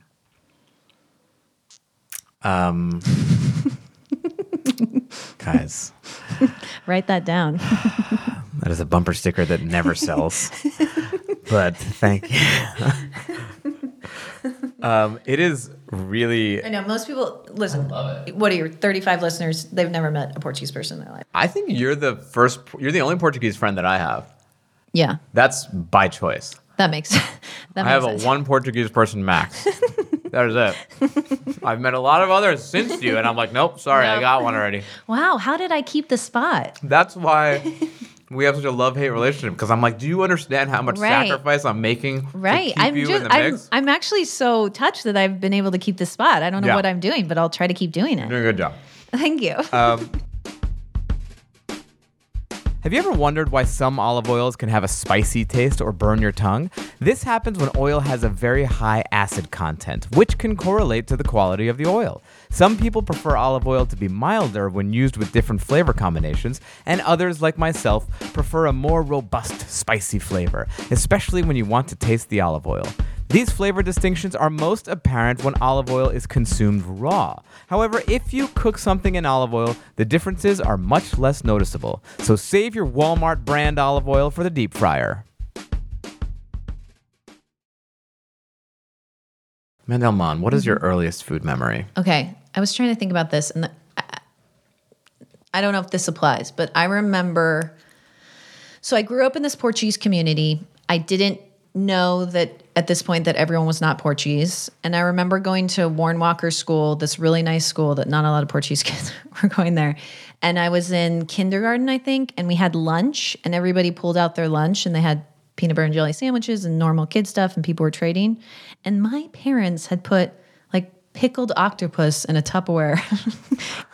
guys, Write that down. that is a bumper sticker that never sells. but thank you. um, it is really I know most people listen. What are your 35 listeners? They've never met a Portuguese person in their life. I think you're the first. You're the only Portuguese friend that I have. Yeah, That's by choice. that makes. That I have makes a sense. one Portuguese person max. that is it. I've met a lot of others since you, and I'm like, nope, sorry, I got one already. Wow, how did I keep the spot? That's why we have such a love hate relationship because I'm like, do you understand how much Right. sacrifice I'm making? Right. To keep I'm you in just the I'm, mix? I'm actually so touched that I've been able to keep the spot. I don't know Yeah. what I'm doing, but I'll try to keep doing it. doing a good job. Thank you. Uh, Have you ever wondered why some olive oils can have a spicy taste or burn your tongue? This happens when oil has a very high acid content, which can correlate to the quality of the oil. Some people prefer olive oil to be milder when used with different flavor combinations, and others, like myself, prefer a more robust, spicy flavor, especially when you want to taste the olive oil. These flavor distinctions are most apparent when olive oil is consumed raw. However, if you cook something in olive oil, the differences are much less noticeable. So save your Walmart brand olive oil for the deep fryer. Mandelman, what is your Mm-hmm. earliest food memory? okay. I was trying to think about this and the, I, I don't know if this applies, but I remember so I grew up in this Portuguese community. I didn't know that at this point that everyone was not Portuguese. And I remember going to Warren Walker School, this really nice school that not a lot of Portuguese kids were going there. And I was in kindergarten, I think, and we had lunch and everybody pulled out their lunch and they had peanut butter and jelly sandwiches and normal kid stuff and people were trading. And my parents had put like pickled octopus in a Tupperware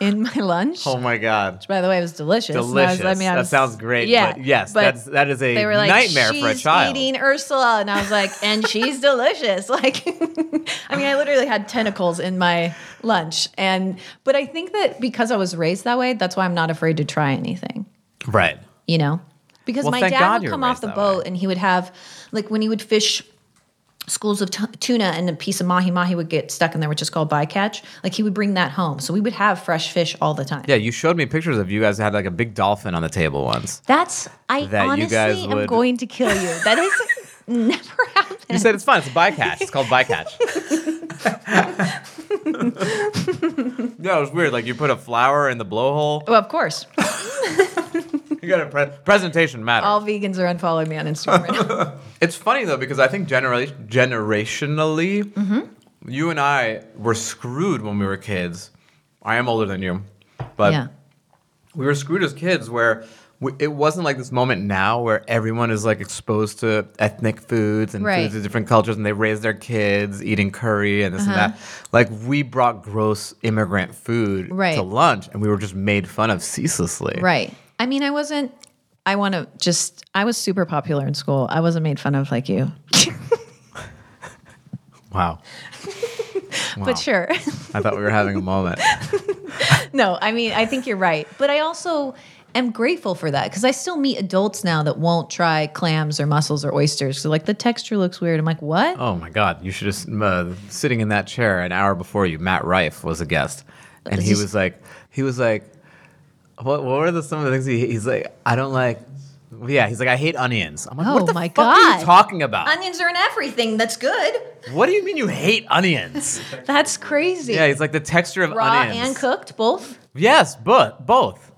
in my lunch Oh my god. by the way, it was delicious. And I was- Delicious. I mean, I That was- sounds great, but yes, that's- that is a they were like, nightmare for a "She's child." Eating Ursula, and I was like, and she's delicious. Like, I mean, I literally had tentacles in my lunch, and but I think that because I was raised that way, that's why I'm not afraid to try anything Right. you know because Well, my thank dad God you would were come off raised the that boat way. and he would have like when he would fish schools of t- tuna and a piece of mahi mahi would get stuck in there which is called bycatch like he would bring that home so we would have fresh fish all the time Yeah, you showed me pictures of you guys had like a big dolphin on the table once. that's i That you honestly guys am would- going to kill you that is never happened You said it's fun. It's a bycatch. It's called bycatch. yeah, it was weird. Like you put a flower in the blowhole. well of course You got a pre- presentation matter. all vegans are unfollowing me on instagram right now It's funny though because I think genera- generationally, you and I were screwed when we were kids. I am older than you, but yeah we were screwed as kids where we, it wasn't like this moment now where everyone is like exposed to ethnic foods and Right. foods of different cultures and they raise their kids eating curry and this and that. Like we brought gross immigrant food Uh-huh. Right. to lunch and we were just made fun of ceaselessly. right i mean i wasn't i want to just i was super popular in school i wasn't made fun of like you Wow. Wow. but sure I thought we were having a moment. no, I mean, I think you're right. But I also am grateful for that because I still meet adults now that won't try clams or mussels or oysters. So, like, the texture looks weird. I'm like, what? Oh my God! You should have s- uh, sitting in that chair an hour before you. Matt Rife was a guest, and he Just- was like, he was like, what, what were the, some of the things he, he's like, I don't like, yeah, he's like, I hate onions. I'm like, Oh what the my fuck are God. you talking about? Onions are in everything. That's good. what do you mean you hate onions? That's crazy. yeah, he's like the texture of Raw onions. and cooked, both. Yes, but both.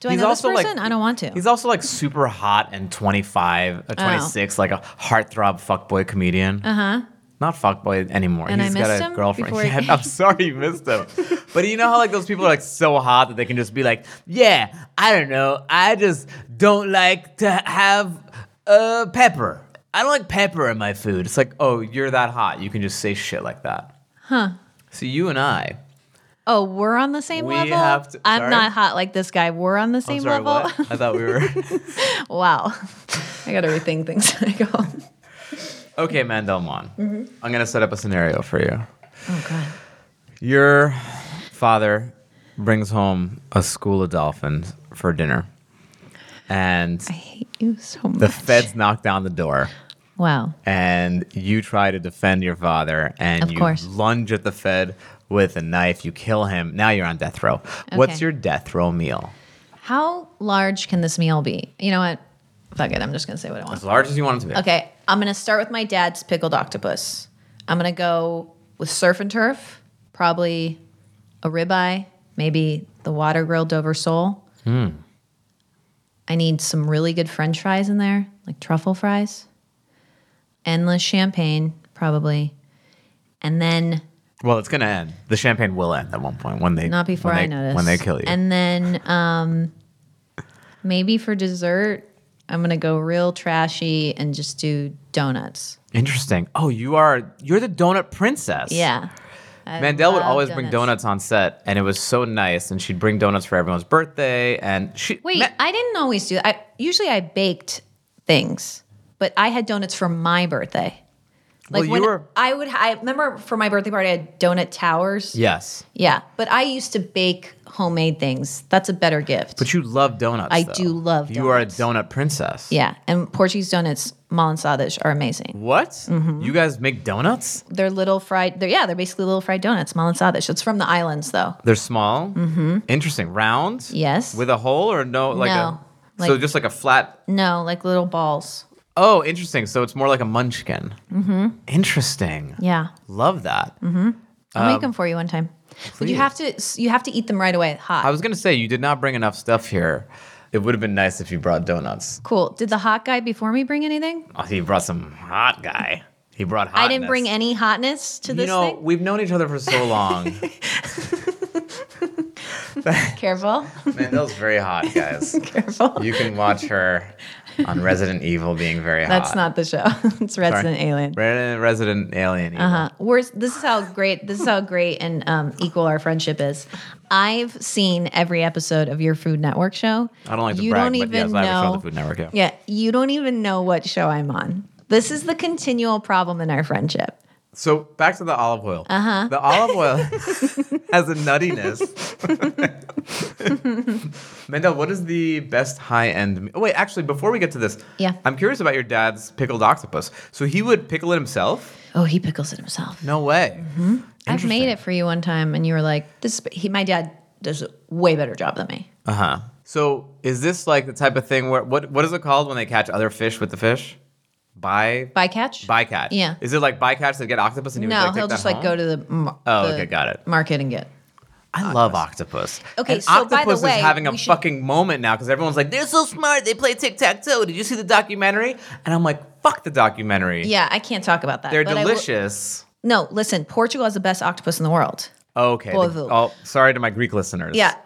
Do I know this person? I don't want to. Oh. He's also like super hot and 25, uh, 26, like a heartthrob fuckboy comedian. Uh huh. Not fuckboy anymore. Uh-huh. And I He's got missed a him girlfriend. before he- Yeah, I'm sorry you missed him. but you know how like those people are like so hot that they can just be like, yeah, I don't know. I just don't like to have uh, pepper. I don't like pepper in my food. It's like, oh, you're that hot. You can just say shit like that. Huh. So you and I, Oh, we're on the same We level. have to- I'm sorry? not hot like this guy. We're on the I'm same sorry, level. what? I thought we were. wow. I gotta rethink things when I go home. Okay, Mandelmon. I'm gonna set up a scenario for you. Mm-hmm. Oh god. Your father brings home a school of dolphins for dinner, and I hate you so much. the feds knock down the door, Wow. and you try to defend your father, and Of you course. lunge at the fed with a knife. You kill him. Now you're on death row. What's Okay. your death row meal? How large can this meal be? You know what? Fuck it. I'm just gonna say what I want. As large as you want it to be. Okay, I'm gonna start with my dad's pickled octopus. I'm gonna go with surf and turf, probably a ribeye, maybe the water grilled Dover sole. Hmm. I need some really good French fries in there, like truffle fries. Endless champagne, probably, and then Well, it's gonna end. The champagne will end at one point when they not before when I they- notice when they kill you. And then um, maybe for dessert, I'm gonna go real trashy and just do donuts. Interesting. Oh, you are you're the donut princess. Yeah. Mandel would love always bring donuts. donuts on set, and it was so nice. And she'd bring donuts for everyone's birthday, and she Wait, Ma- I didn't always do that. I, usually I baked things, but I had donuts for my birthday. Well, Like you when were- I would, I remember for my birthday party, I had donut towers. yes, Yeah, But I used to bake homemade things. That's a better gift. but you love donuts. I though. do love You are a donuts. donut princess. yeah. And Portuguese donuts, mal and sadish, are amazing. What? Mm-hmm. You guys make donuts? They're little fried, they're, yeah, they're basically little fried donuts, mal and sadish. It's from the islands, though. They're small. Mm-hmm. Interesting. Round. Yes. With a hole or no? Like No. A, so Like- just like a flat. No, like little balls. Oh, interesting. So it's more like a munchkin. Mm-hmm. Interesting. Yeah. Love that. I'll Um, make them for you one time. But you have to you have to eat them right away hot. I was gonna say you did not bring enough stuff here. It would have been nice if you brought donuts. cool. Did the hot guy before me bring anything? Oh, he brought some hot guy. He brought hotness. I didn't bring any hotness to You this know, thing. we've known each other for so long. Careful, Mandel's very hot, guys. careful. You can watch her on Resident Evil being very hot. That's not the show. it's Resident Alien. Re- Resident Alien. Evil. Uh, we're, this is how great this is how great and um, equal our friendship is. I've seen every episode of your Food Network show. I don't like to you brag, don't but yes, even I have a show on the know- Food Network. Yeah. Yeah, you don't even know what show I'm on. This is the continual problem in our friendship. So back to the olive oil. Uh Uh-huh. huh. The olive oil has a nuttiness. Mandel, what is the best high end? me- Oh, wait, actually, before we get to this, Yeah. I'm curious about your dad's pickled octopus. So he would pickle it himself? Oh, he pickles it himself. No way. Mm-hmm. I've made it for you one time, and you were like, "This." He, my dad does a way better job than me. Uh huh. So is this like the type of thing where what what is it called when they catch other fish with the fish? By Bycatch. bycatch. Yeah. Is it like bycatch that get octopus and he would, no, like, take he'll that just like home? go to the, mar- Oh, the okay, got it. market and get. I love octopus. Okay, and so by the octopus is way, having a we should- fucking moment now because everyone's like, they're so smart. They play tic tac toe. Did you see the documentary? And I'm like, fuck the documentary. Yeah, I can't talk about that. They're but I will- delicious. no, listen, Portugal has the best octopus in the world. okay. Bovu. oh, sorry to my Greek listeners. Yeah,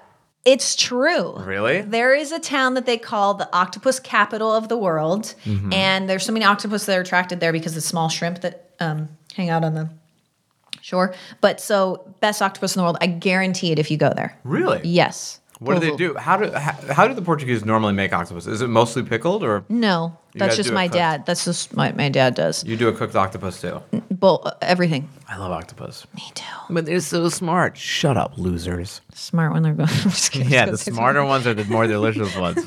it's true. Really? There is a town that they call the octopus capital of the world, Mm-hmm. and there's so many octopus that are attracted there because of small shrimp that um, hang out on the shore. But so, best octopus in the world. I guarantee it if you go there. Really? Yes. Oh, What do they Bovu. do? How do how, how do the Portuguese normally make octopus? Is it mostly pickled or No, guys that's just do it my cooked? dad. That's just my my dad does. you do a cooked octopus too? Bull, everything. I love octopus. Me too. But they're so smart. Shut up, losers. Smart when they're going. I'm just kidding. Yeah, the smarter ones are the more delicious ones.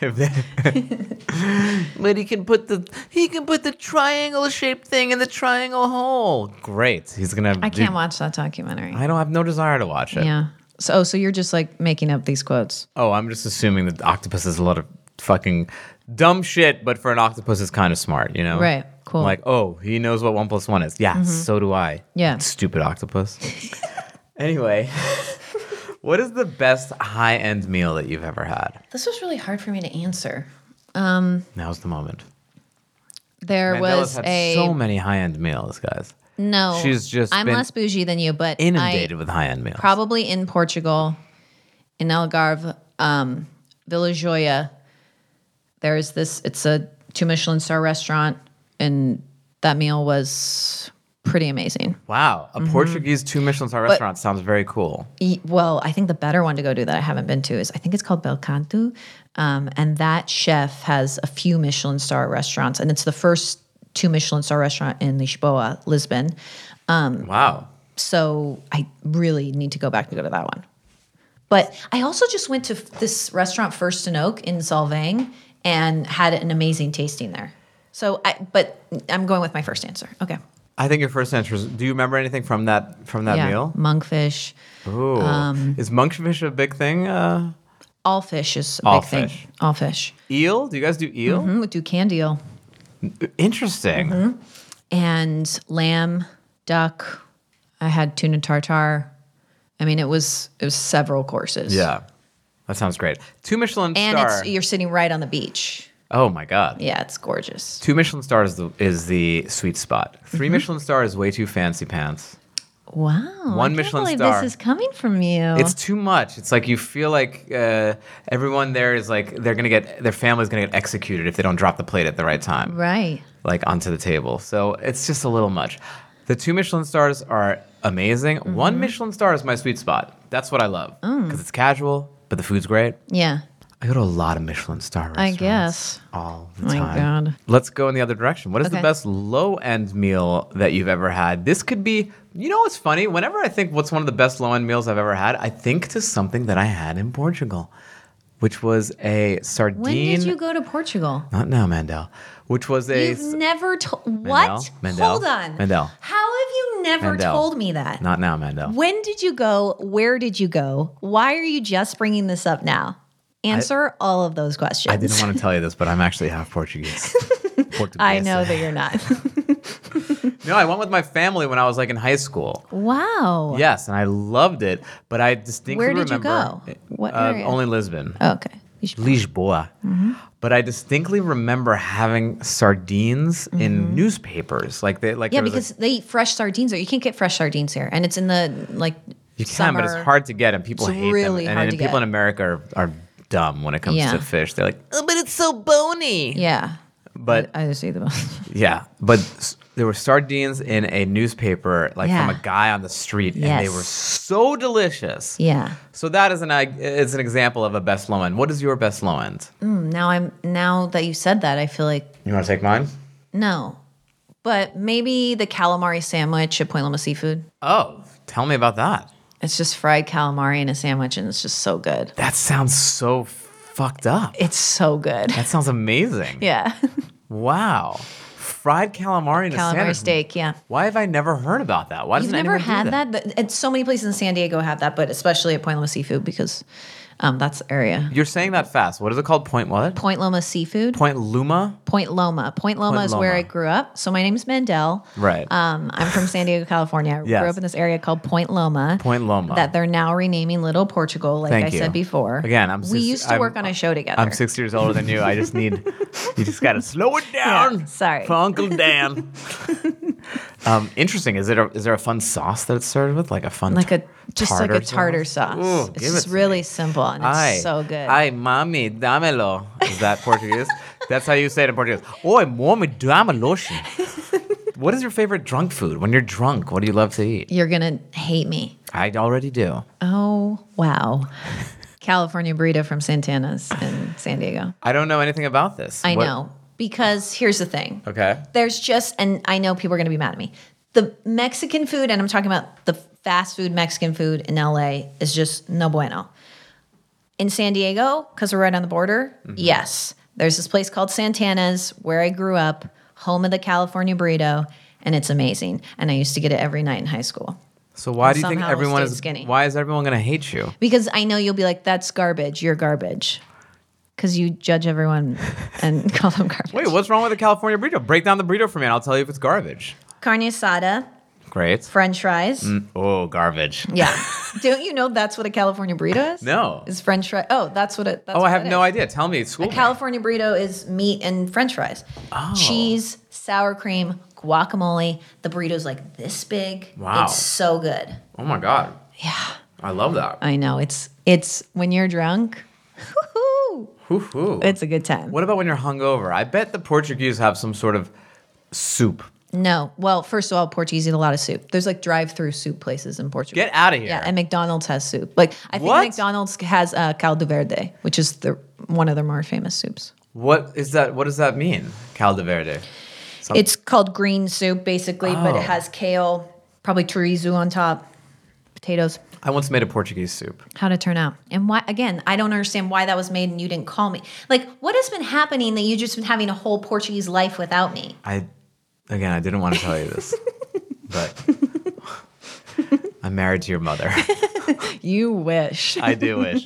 If they- but he can put the he can put the triangle shaped thing in the triangle hole. Great. He's gonna. I can't watch that documentary. I don't have no desire to watch it. yeah. So, oh, so you're just like making up these quotes. Oh, I'm just assuming that octopus is a lot of fucking dumb shit, but for an octopus, it's kind of smart, you know? Right, cool. Mm-hmm. Like, oh, he knows what one plus one is. Yeah, so do I. Yeah. Stupid octopus. anyway, what is the best high end meal that you've ever had? This was really hard for me to answer. Now's the moment. There Mandela's was had a so many high end meals, guys. no. She's just I'm been less bougie than you, but Inundated I, with high end meals. probably in Portugal, in Algarve, um, Villa Joya. There's this. It's a two Michelin star restaurant, and that meal was pretty amazing. Wow, a Mm-hmm. Portuguese two Michelin star restaurant sounds very cool. E- Well, I think the better one to go to that I haven't been to is I think it's called Bel Canto, um, and that chef has a few Michelin star restaurants, and it's the first two Michelin star restaurant in Lisboa, Lisbon. Wow. So I really need to go back to go to that one. But I also just went to f- this restaurant First and Oak in Solvang and had an amazing tasting there. So I, but I'm going with my first answer. Okay. I think your first answer is. Do you remember anything from that from that meal? Mm-hmm. Monkfish. Ooh. Um, is monkfish a big thing? Uh, All fish is a All big fish. thing. All fish. eel? Do you guys do eel? Mm, we do canned eel Interesting. Mm-hmm. and lamb, duck. I had tuna tartare. I mean, it was it was several courses. Yeah, that sounds great. Two Michelin And star. it's you're sitting right on the beach. oh my god. Yeah, it's gorgeous. Two Michelin stars is the, is the sweet spot. 3 Mm-hmm. Michelin star is way too fancy pants. Wow. I One can't Michelin believe star. This is coming from you. It's too much. It's like you feel like uh, everyone there is like they're gonna get their family's gonna get executed if they don't drop the plate at the right time. right. like onto the table. So it's just a little much. The two Michelin stars are amazing. One Michelin star is my sweet spot. That's what I love because it's casual, but the food's great. Yeah. I go to a lot of Michelin star I restaurants. guess. Oh All the My time. God. Let's go in the other direction. What is the Okay. best low end meal that you've ever had? This could be, you know what's funny? Whenever I think what's one of the best low end meals I've ever had, I think to something that I had in Portugal, which was a sardine. When did you go to Portugal? Not now, Mandel. Which was a. You've never told what? Mandel, Hold on. Mandel. How have you never Mandel. told me that? Not now, Mandel. When did you go? Where did you go? Why are you just bringing this up now? Answer all of those questions. I didn't want to tell you this, but I'm actually half Portuguese. Portuguese. I know that you're not. No, I went with my family when I was like in high school. wow. Yes, and I loved it, but I distinctly Where did you remember go? What uh, area? only Lisbon. Oh, Mm-hmm. okay. You should- Lisboa. But I distinctly remember having sardines in newspapers. Like they like Mm-hmm. there Yeah, was a- because they eat fresh sardines there. You can't get fresh sardines here, and it's in the like. you can, but it's hard to get and people It's hate really them. And, hard then to people get. in America are, are dumb when it comes Yeah. to fish. They're like, "Oh, but it's so bony. Yeah, But I just eat them. Yeah, but s- there were sardines in a newspaper, like from Yeah. a guy on the street, and they Yes. were so delicious. yeah. So that is an ig- is an example of a best low end. What is your best low end? Now I'm now that you said that, I feel like You want to take mine? no, but maybe the calamari sandwich at Point Loma Seafood. Oh, tell me about that. It's just fried calamari in a sandwich, and it's just so good. That sounds so fucked up. It's so good. That sounds amazing. Yeah, Wow. Fried calamari in a calamari sandwich. steak. Yeah, Why have I never heard about that? Why you've doesn't never anyone do had that? But- and so many places in San Diego have that, but especially at Point Loma Seafood because um, that's the area. You're saying that fast. What is it called? Point what? Point Loma Seafood. Point Luma. Point Loma. Point Loma Point is where Loma. I grew up. So my name's Mandel. Right. Um, I'm from San Diego, California. I Yes. grew up in this area called Point Loma. Point Loma. That they're now renaming Little Portugal, like Thank I you. said before. Again, I'm we six- used to I'm- work on a show together. I'm six years older than you. I just need, you just gotta slow it down. sorry. for Uncle Dan. um, interesting. Is it? A, is there a fun sauce that it's served with? Like a fun, Like a tar- just like a tartar sauce. Ooh, it's give it just to me. really simple and it's Ay, so good. Ay, mommy, dámelo. Is that Portuguese? That's how you say it in Portuguese. Oi, mommy, dámelo. What is your favorite drunk food? When you're drunk, what do you love to eat? You're gonna hate me. I already do. Oh wow. California burrito from Santana's in San Diego. I don't know anything about this. I What- know. Because here's the thing. Okay. there's just and I know people are going to be mad at me. The Mexican food and I'm talking about the fast food Mexican food in LA is just no bueno. In San Diego cuz we're right on the border, yes. There's this place called Santana's where I grew up, home of the California burrito, and it's amazing. And I used to get it every night in high school. So why do you think somehow everyone stayed is skinny. Why is everyone going to hate you? because I know you'll be like, "That's garbage. You're garbage," because you judge everyone and call them garbage. Wait, what's wrong with a California burrito? Break down the burrito for me, and I'll tell you if it's garbage. Carne asada, Great. French fries. Oh, garbage. Yeah, don't you know that's what a California burrito is? No. is French fry. Oh, that's what it. That's oh, what I have it no is. idea. Oh. Tell me. School. A me. California burrito is meat and French fries, cheese, sour cream, guacamole. The burrito's like this big. Wow. it's so good. oh my god. Yeah, I love that. I know. It's it's when you're drunk. whoo-hoo, Hoo hoo. It's a good time. What about when you're hungover? I bet the Portuguese have some sort of soup. No. Well, first of all, Portuguese eat a lot of soup. There's like drive-through soup places in Portugal. Get out of here. Yeah, and McDonald's has soup. Like I think What? McDonald's has uh, caldo verde, which is the one of their more famous soups. What is that? What does that mean? Caldo verde. Some- It's called green soup basically, but Oh. it has kale, probably chorizo on top, potatoes. I once made a Portuguese soup. How to turn out. And why again, I don't understand why that was made and you didn't call me. Like what has been happening that you just been having a whole Portuguese life without me? I, again, I didn't want to tell you this, but I'm married to your mother. You wish. I do wish.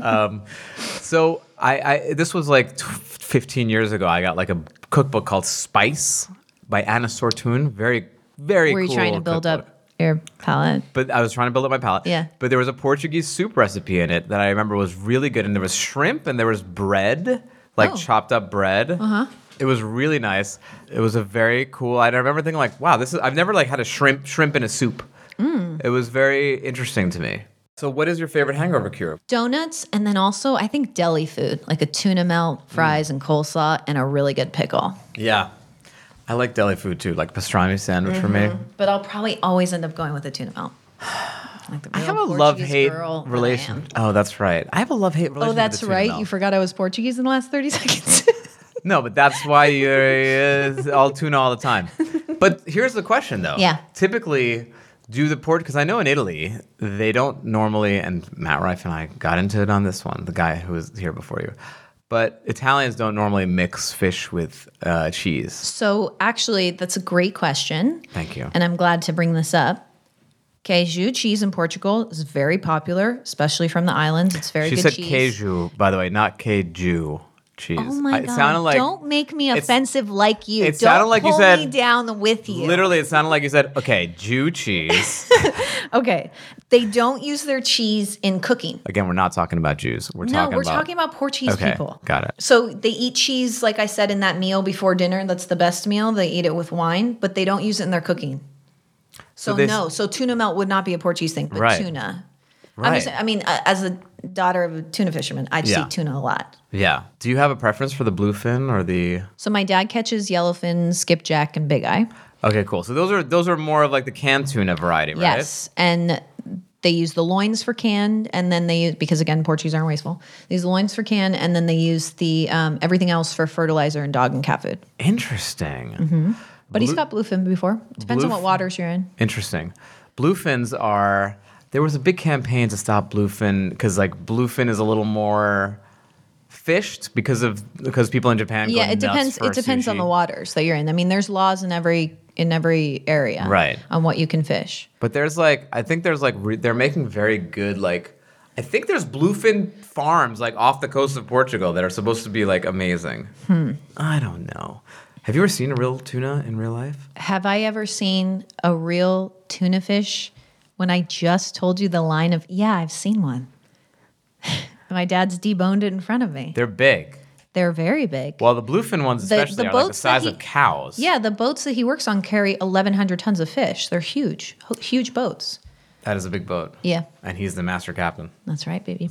Um, so I, I this was like tw 15 years ago. I got like a cookbook called Spice by Anna Sortun. Very very. Were you cool trying to build cookbook. up your palate? But I was trying to build up my palate. Yeah. But there was a Portuguese soup recipe in it that I remember was really good, and there was shrimp and there was bread, like Oh. Uh-huh. chopped up bread. Uh huh. It was really nice. It was a very cool. I remember thinking like, wow, this is. I've never like had a shrimp shrimp in a soup. Mm. It was very interesting to me. So, what is your favorite hangover cure? donuts and then also I think deli food, like a tuna melt, Mm. fries and coleslaw and a really good pickle. Yeah. I like deli food too, like pastrami sandwich for me. But I'll probably always end up going with a tuna melt. Like the I real have a Portuguese love hate girl that I am. relation. Oh, that's right. I have a love hate relation. Oh, with that's the tuna right. melt. You forgot I was Portuguese in the last 30 seconds. No, but that's why you're uh, all tuna all the time. But here's the question, though. Yeah. Typically, do the port because I know in Italy they don't normally. And Matt Rife and I got into it on this one. The guy who was here before you, but Italians don't normally mix fish with uh, cheese. so, actually, that's a great question. Thank you. And I'm glad to bring this up. Queijo cheese in Portugal is very popular, especially from the islands. It's very she good said cheese. queijo, by the way, not queijo cheese. Oh my I- it god! sounded like Don't make me it's- offensive like you. it Don't sounded like you pull said- me down with you. Literally, it sounded like you said, "Okay, Jew cheese." Okay. They don't use their cheese in cooking. Again, we're not talking about Jews. We're No, talking we're about talking about Portuguese Okay, people. got it. So they eat cheese, like I said, in that meal before dinner. That's the best meal. They eat it with wine, but they don't use it in their cooking. So, they s- no, so tuna melt would not be a Portuguese thing, but Right. tuna. I'm Right. just, I mean, uh, as a daughter of a tuna fisherman, I just Yeah. eat tuna a lot. Yeah. Do you have a preference for the bluefin or the? So my dad catches yellowfin, skipjack, and big eye. Okay, cool. So those are those are more of like the canned tuna variety, right? Yes, and they use the loins for canned, and then they use because again Portuguese aren't wasteful. They use the loins for canned, and then they use the um, everything else for fertilizer and dog and cat food. Interesting. Mm-hmm. But he's got bluefin before. Depends on Bluef- what waters you're in. Interesting. Bluefins are. There was a big campaign to stop bluefin because like bluefin is a little more fished because of because people in Japan. go Yeah, nuts it depends. for It depends on sushi. the waters that you're in. I mean, there's laws in every in every area, Right. on what you can fish. But there's like, I think there's like, re- they're making very good, like, I think there's bluefin farms like off the coast of Portugal that are supposed to be like amazing. Hmm. I don't know. Have you ever seen a real tuna in real life? Have I ever seen a real tuna fish? When I just told you the line of yeah, I've seen one. My dad's deboned it in front of me. They're big. They're very big. Well, the bluefin ones The- the especially are like the boats that size of he- cows. Yeah, the boats that he works on carry 1,100 tons of fish. They're huge, hu- huge boats. That is a big boat. Yeah, And he's the master captain. that's right, baby.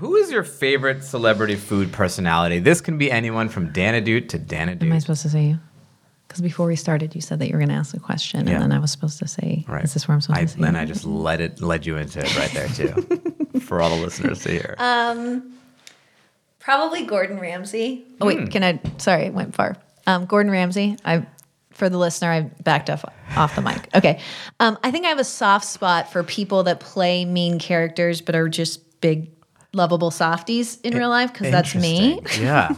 Who is your favorite celebrity food personality? This can be anyone from Dana Danadute to Dana Am I Danadute. supposed to say you? Because before we started, you said that you were going to ask a question, Yeah. and then I was supposed to say, Right. "Is this where I'm supposed I, to say?" Then you? I just led it, led you into it right there too, for all the listeners to hear. Uh, Probably Gordon Ramsay. Oh Hmm. wait, can I? Sorry, it went far. Um, Gordon Ramsay. I, for the listener, I backed off off the mic. Okay, um, I think I have a soft spot for people that play mean characters but are just big, lovable softies in real life because that's me. Interesting. Yeah.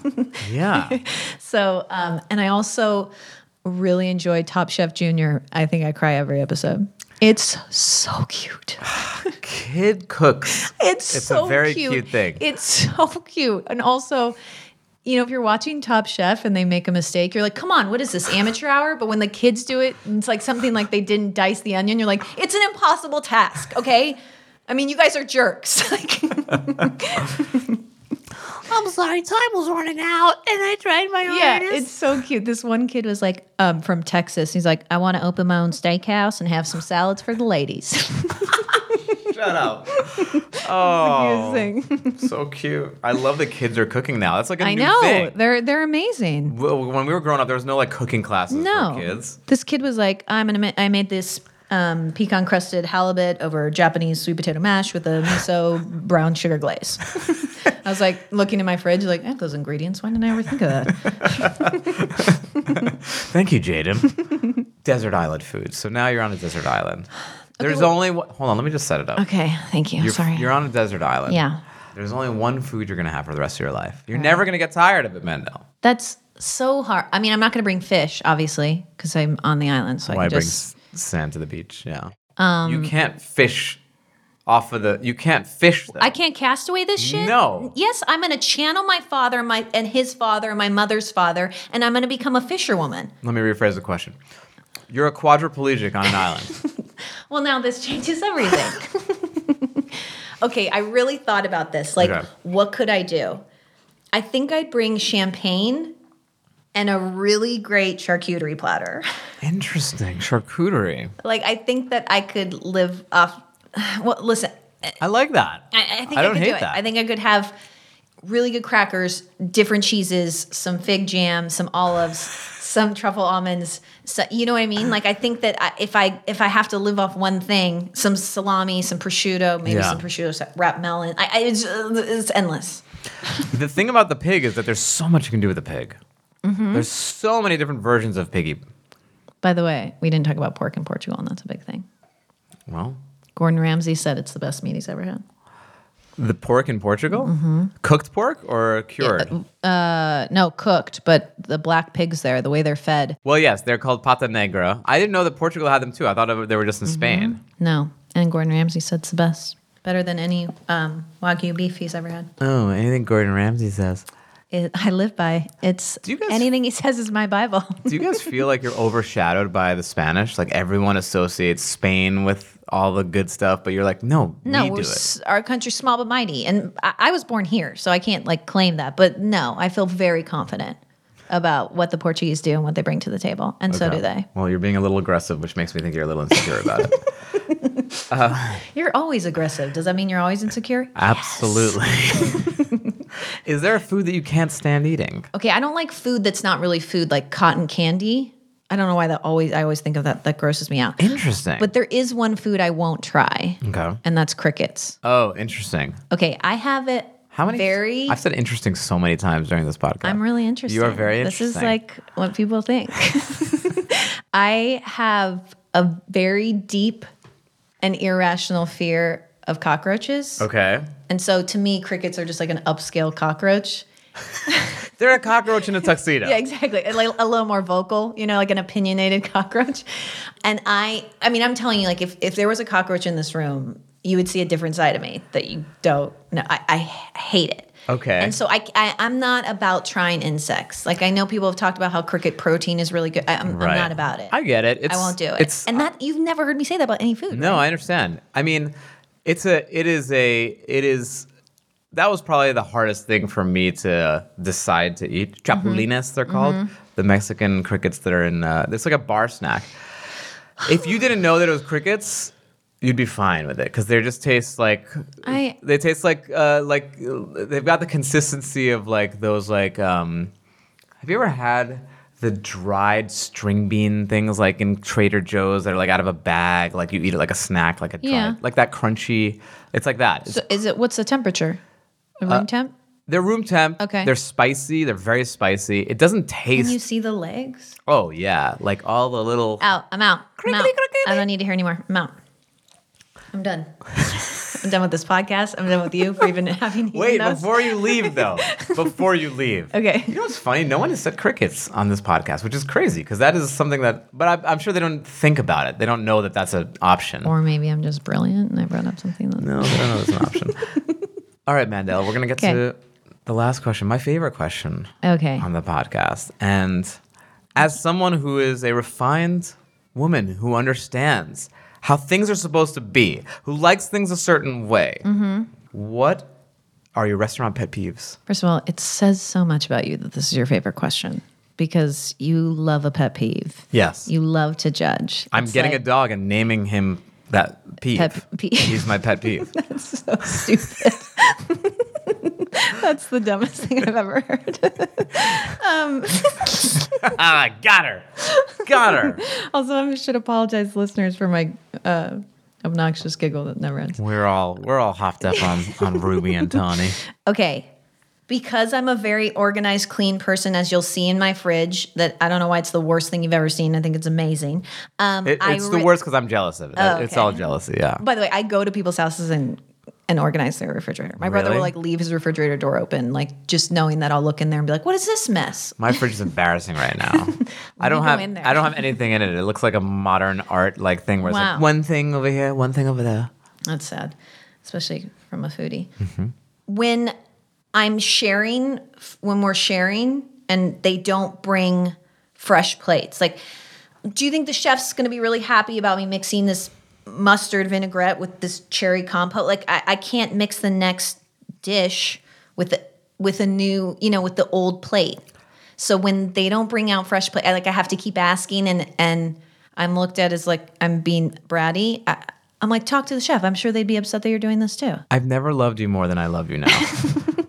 Yeah. So, um, and I also really enjoy Top Chef Junior. I think I cry every episode. It's so cute. Kid cooks. It's, It's a so very cute. cute thing. It's so cute. And also, you know, if you're watching Top Chef and they make a mistake, you're like, come on, what is this, amateur hour? But when the kids do it, and it's like something like they didn't dice the onion, you're like, it's an impossible task, okay? I mean, you guys are jerks. Like, I'm sorry, time was running out, and I tried my yeah, hardest. it's Oh, so cute. This one kid was like, um, from Texas. He's like, I want to open my own steakhouse and have some salads for the ladies. Shut up. Cutest Oh, thing. so cute. I love that kids are cooking now. That's like a I new know thing. they're they're amazing. Well, when we were growing up, there was no like cooking classes No, for kids. This kid was like, I'm gonna. Ma- I made this um, pecan crusted halibut over Japanese sweet potato mash with a miso brown sugar glaze. I was like looking in my fridge, like, I have those ingredients. Why didn't I ever think of that? Thank you, Jaden. desert island food. So now you're on a desert island. There's only one. Hold on, let me just set it up. Okay, thank you. You're, Sorry. You're on a desert island. Yeah. There's only one food you're gonna have for the rest of your life. You're never gonna get tired of it, Mendel. That's so hard. I mean, I'm not gonna bring fish, obviously, because I'm on the island. So I Why can just. bring sand to the beach? Yeah. Um, you can't fish off of the. You can't fish. Though. I can't cast away this shit. No. Yes, I'm gonna channel my father, and my and his father, and my mother's father, and I'm gonna become a fisherwoman. Let me rephrase the question. You're a quadriplegic on an island. Well, now this changes everything. okay, I really thought about this. Like, Okay. what could I do? I think I'd bring champagne and a really great charcuterie platter. Interesting charcuterie. Like, I think that I could live off. Well, listen, I, I like that. I think I I, don't could hate do it. that. I think I could have really good crackers, different cheeses, some fig jam, some olives, some truffle almonds. So, you know what I mean? Like I think that I, if I if I have to live off one thing, some salami, some prosciutto, maybe Yeah. some prosciutto sa- wrapped melon. I, I it's, uh, it's endless. The thing about the pig is that there's so much you can do with a pig. Mm-hmm. There's so many different versions of piggy. By the way, we didn't talk about pork in Portugal, and that's a big thing. Well, Gordon Ramsay said it's the best meat he's ever had. the pork in Portugal, cooked pork or cured? Mm-hmm. Uh, no, cooked, but the black pigs there, the way they're fed, well, yes, they're called pata negra. I didn't know that Portugal had them too. I thought of- they were Mm-hmm. just in Spain. no. And Gordon Ramsay said it's the best, better than any um, wagyu beef he's ever had. Oh, anything Gordon Ramsay says. it, I live by. It's Do you guys- anything he says is my Bible. Do you guys feel like you're overshadowed by the Spanish? Like everyone associates Spain with all the good stuff, but you're like, no, No, we we're do it. s- our country's small but mighty, and I, I was born here, so I can't like claim that. But no, I feel very confident about what the Portuguese do and what they bring to the table, and so do they. Well, you're being a little aggressive, which makes me think you're a little insecure about it. You're always aggressive. Does that mean you're always insecure? Absolutely. Is there a food that you can't stand eating? Okay, I don't like food that's not really food, like cotton candy. I don't know why that always. I always think of that. That grosses me out. Interesting. But there is one food I won't try, okay. and that's crickets. Oh, interesting. Okay, I have it. How many? Very. I've said interesting so many times during this podcast. I'm really interested. You are very interesting. This is like what people think. I have a very deep and irrational fear of cockroaches. Okay. And so to me, crickets are just like an upscale cockroach. They're a cockroach in a tuxedo. Yeah, exactly. And Like a little more vocal, you know, like an opinionated cockroach. And I, I mean, I'm telling you, like, if, if there was a cockroach in this room, you would see a different side of me that you don't know. I, I hate it. Okay. And so I, I, I'm not about trying insects. Like I know people have talked about how cricket protein is really good. I, I'm, I'm Right. not about it. I get it. I It's- won't do it. it's- and that you've never heard me say that about any food. No, I understand. I mean, it's a. It is a. It is. That was probably the hardest thing for me to decide to eat. Chapulinas, they're called the Mexican crickets that are in. Uh, it's like a bar snack. If you didn't know that it was crickets, you'd be fine with it because they just taste like I- they taste like uh, like uh, they've got the consistency of like those like um, have you ever had the dried string bean things like in Trader Joe's that are like out of a bag like you eat it like a snack like a dried, Yeah. like that crunchy it's like that It's- So is it what's the temperature? The Uh, room temp? they're room temp Okay. they're spicy they're very spicy it doesn't Can taste you see the legs? oh yeah like all the little Out. I'm out. I'm out. Crickety, crickety. I don't need to hear anymore. I'm out. I'm done. I'm done with this podcast. I'm done with you for even having eaten Wait, those. before you leave, though, before you leave. Okay. You know what's funny? No one has said crickets on this podcast, which is crazy because that is something that, but I, I'm sure they don't think about it. They don't know that that's an option. Or maybe I'm just brilliant and I brought up something that no, they don't know it's an option. All right, Mandel, we're going to get to the last question, my favorite question Okay. on the podcast. And as someone who is a refined woman who understands how things are supposed to be, who likes things a certain way, Mm-hmm. what are your restaurant pet peeves? First of all, it says so much about you that this is your favorite question because you love a pet peeve. Yes. You love to judge. I'm It's getting like- a dog and naming him that peeve. Pet peeve. He's my pet peeve. so stupid. That's the dumbest thing I've ever heard. ah, got her. Got her. Also, I should apologize, to listeners, for my uh, obnoxious giggle that never ends. We're all we're all hopped up on on Ruby and Tawny. Okay. Because I'm a very organized, clean person, as you'll see in my fridge, that I don't know why it's the worst thing you've ever seen. I think it's amazing. Um, It, I it's the re- worst because I'm jealous of it. It's Oh, okay. all jealousy. Yeah. By the way, I go to people's houses and and organize their refrigerator. My brother Really? will like leave his refrigerator door open, like just knowing that I'll look in there and be like, "What is this mess?" My fridge is embarrassing right now. I don't go have in there. I don't have anything in it. It looks like a modern art like thing where it's Wow. like one thing over here, one thing over there. That's sad, especially from a foodie. When I'm sharing, f- when we're sharing, and they don't bring fresh plates, like, do you think the chef's going to be really happy about me mixing this mustard vinaigrette with this cherry compote? Like, I, I can't mix the next dish with the, with a new, you know, with the old plate. So when they don't bring out fresh plate, I, like I have to keep asking, and and I'm looked at as like I'm being bratty. I, I'm like, talk to the chef. I'm sure they'd be upset that you're doing this too. I've never loved you more than I love you now.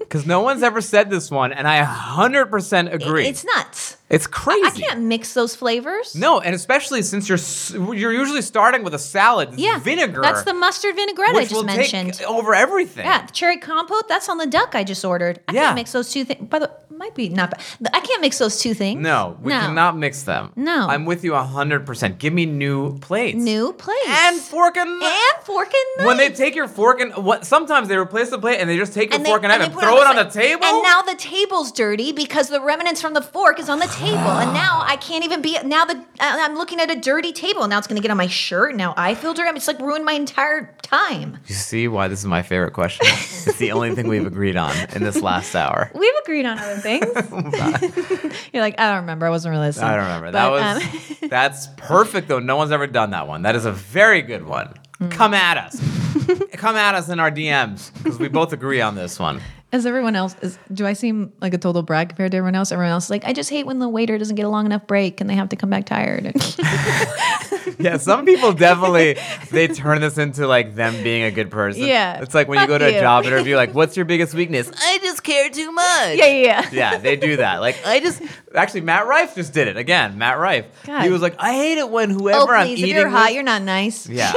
Because no one's ever said this one, and I 100% agree. It's nuts. It's crazy. I can't mix those flavors. No, and especially since you're s- you're usually starting with a salad, this yeah, vinegar. That's the mustard vinaigrette I which just will mentioned. take over everything. yeah, the cherry compote. That's on the duck I just ordered. I Yeah. can't mix those two things. By the might be not bad. I can't mix those two things. No, we no. cannot mix them. No. I'm with you 100%. Give me new plates. New plates And fork and and fork and When they knife. take your fork and what sometimes they replace the plate and they just take your And they- fork and knife they and, put throw it on the side. table. And now the table's dirty because the remnants from the fork is on the table. and now I can't even be. Now the I- I'm looking at a dirty table. and Now it's going to get on my shirt. Now I feel dirty. I mean, It's like ruined my entire time. you see why this is my favorite question. it's the only thing we've agreed on in this last hour. We've agreed on other things. You're like, I don't remember. I wasn't really listening. I don't remember. But, that um, was that's perfect though. No one's ever done that one. That is a very good one. Mm. Come at us. Come at us in our DMs because we both agree on this one. As everyone else is, do I seem like a total brag compared to everyone else? Everyone else is like, I just hate when the waiter doesn't get a long enough break and they have to come back tired. Yeah, some people definitely they turn this into like them being a good person. Yeah. It's like when you Fuck go to a you. job interview like what's your biggest weakness? I just care too much. Yeah, yeah, yeah. yeah, they do that. Like I just actually Matt Rife just did it again. Matt Rife. He God. was like, I hate it when whoever Oh, I'm please. eating If you're hot, with- you're not nice. yeah.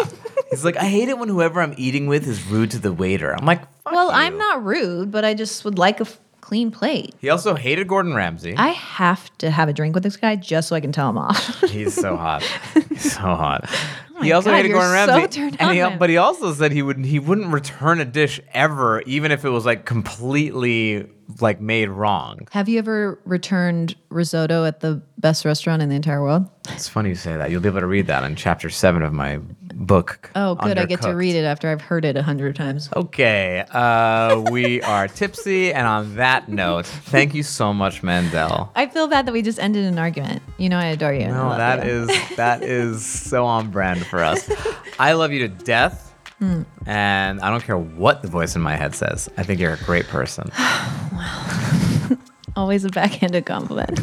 He's like, I hate it when whoever I'm eating with is rude to the waiter. I'm like, Fuck Well, you. I'm not rude, but I just would like a f- clean plate. He also hated Gordon Ramsay. I have to have a drink with this guy just so I can tell him off. He's so hot. He's so hot. he Oh my also God, hated you're Gordon so Ramsay, turned and he, on. but he also said he would he wouldn't return a dish ever, even if it was like completely like made wrong. have you ever returned risotto at the best restaurant in the entire world? It's funny you say that. You'll be able to read that in chapter seven of my book. Oh, good. I get to Undercooked. read it after I've heard it a hundred times. Okay, uh, we are tipsy, and on that note, thank you so much, Mandel. I feel bad that we just ended an argument. You know, I adore you. and I No, love that you. is that is so on brand for us. I love you to death, Hmm. and I don't care what the voice in my head says. I think you're a great person. always a backhanded compliment.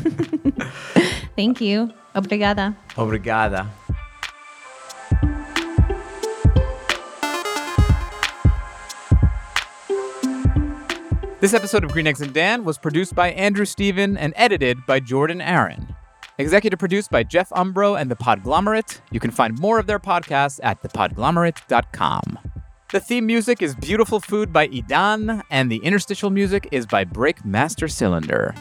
Thank you. Obrigada. Obrigada. This episode of Green Eggs and Dan was produced by Andrew Steven and edited by Jordan Aaron. Executive produced by Jeff Umbro and The Podglomerate. You can find more of their podcasts at thepodglomerate.com. The theme music is Beautiful Food by Idan, and the interstitial music is by Breakmaster Cylinder.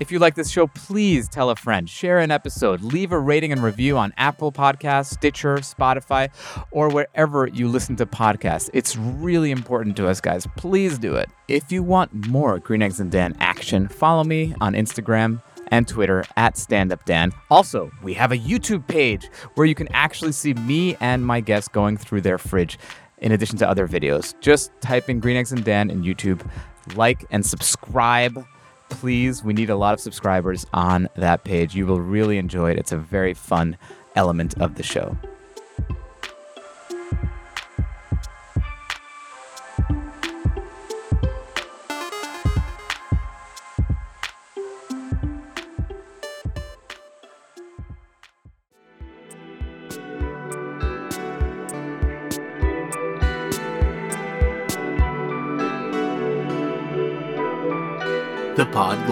If you like this show, please tell a friend, share an episode, leave a rating and review on Apple Podcasts, Stitcher, Spotify, or wherever you listen to podcasts. It's really important to us, guys. Please do it. If you want more Green Eggs and Dan action, follow me on Instagram and Twitter at Stand Up Dan. Also, we have a YouTube page where you can actually see me and my guests going through their fridge in addition to other videos. Just type in Green Eggs and Dan in YouTube, like and subscribe. Please, we need a lot of subscribers on that page. You will really enjoy it. It's a very fun element of the show. The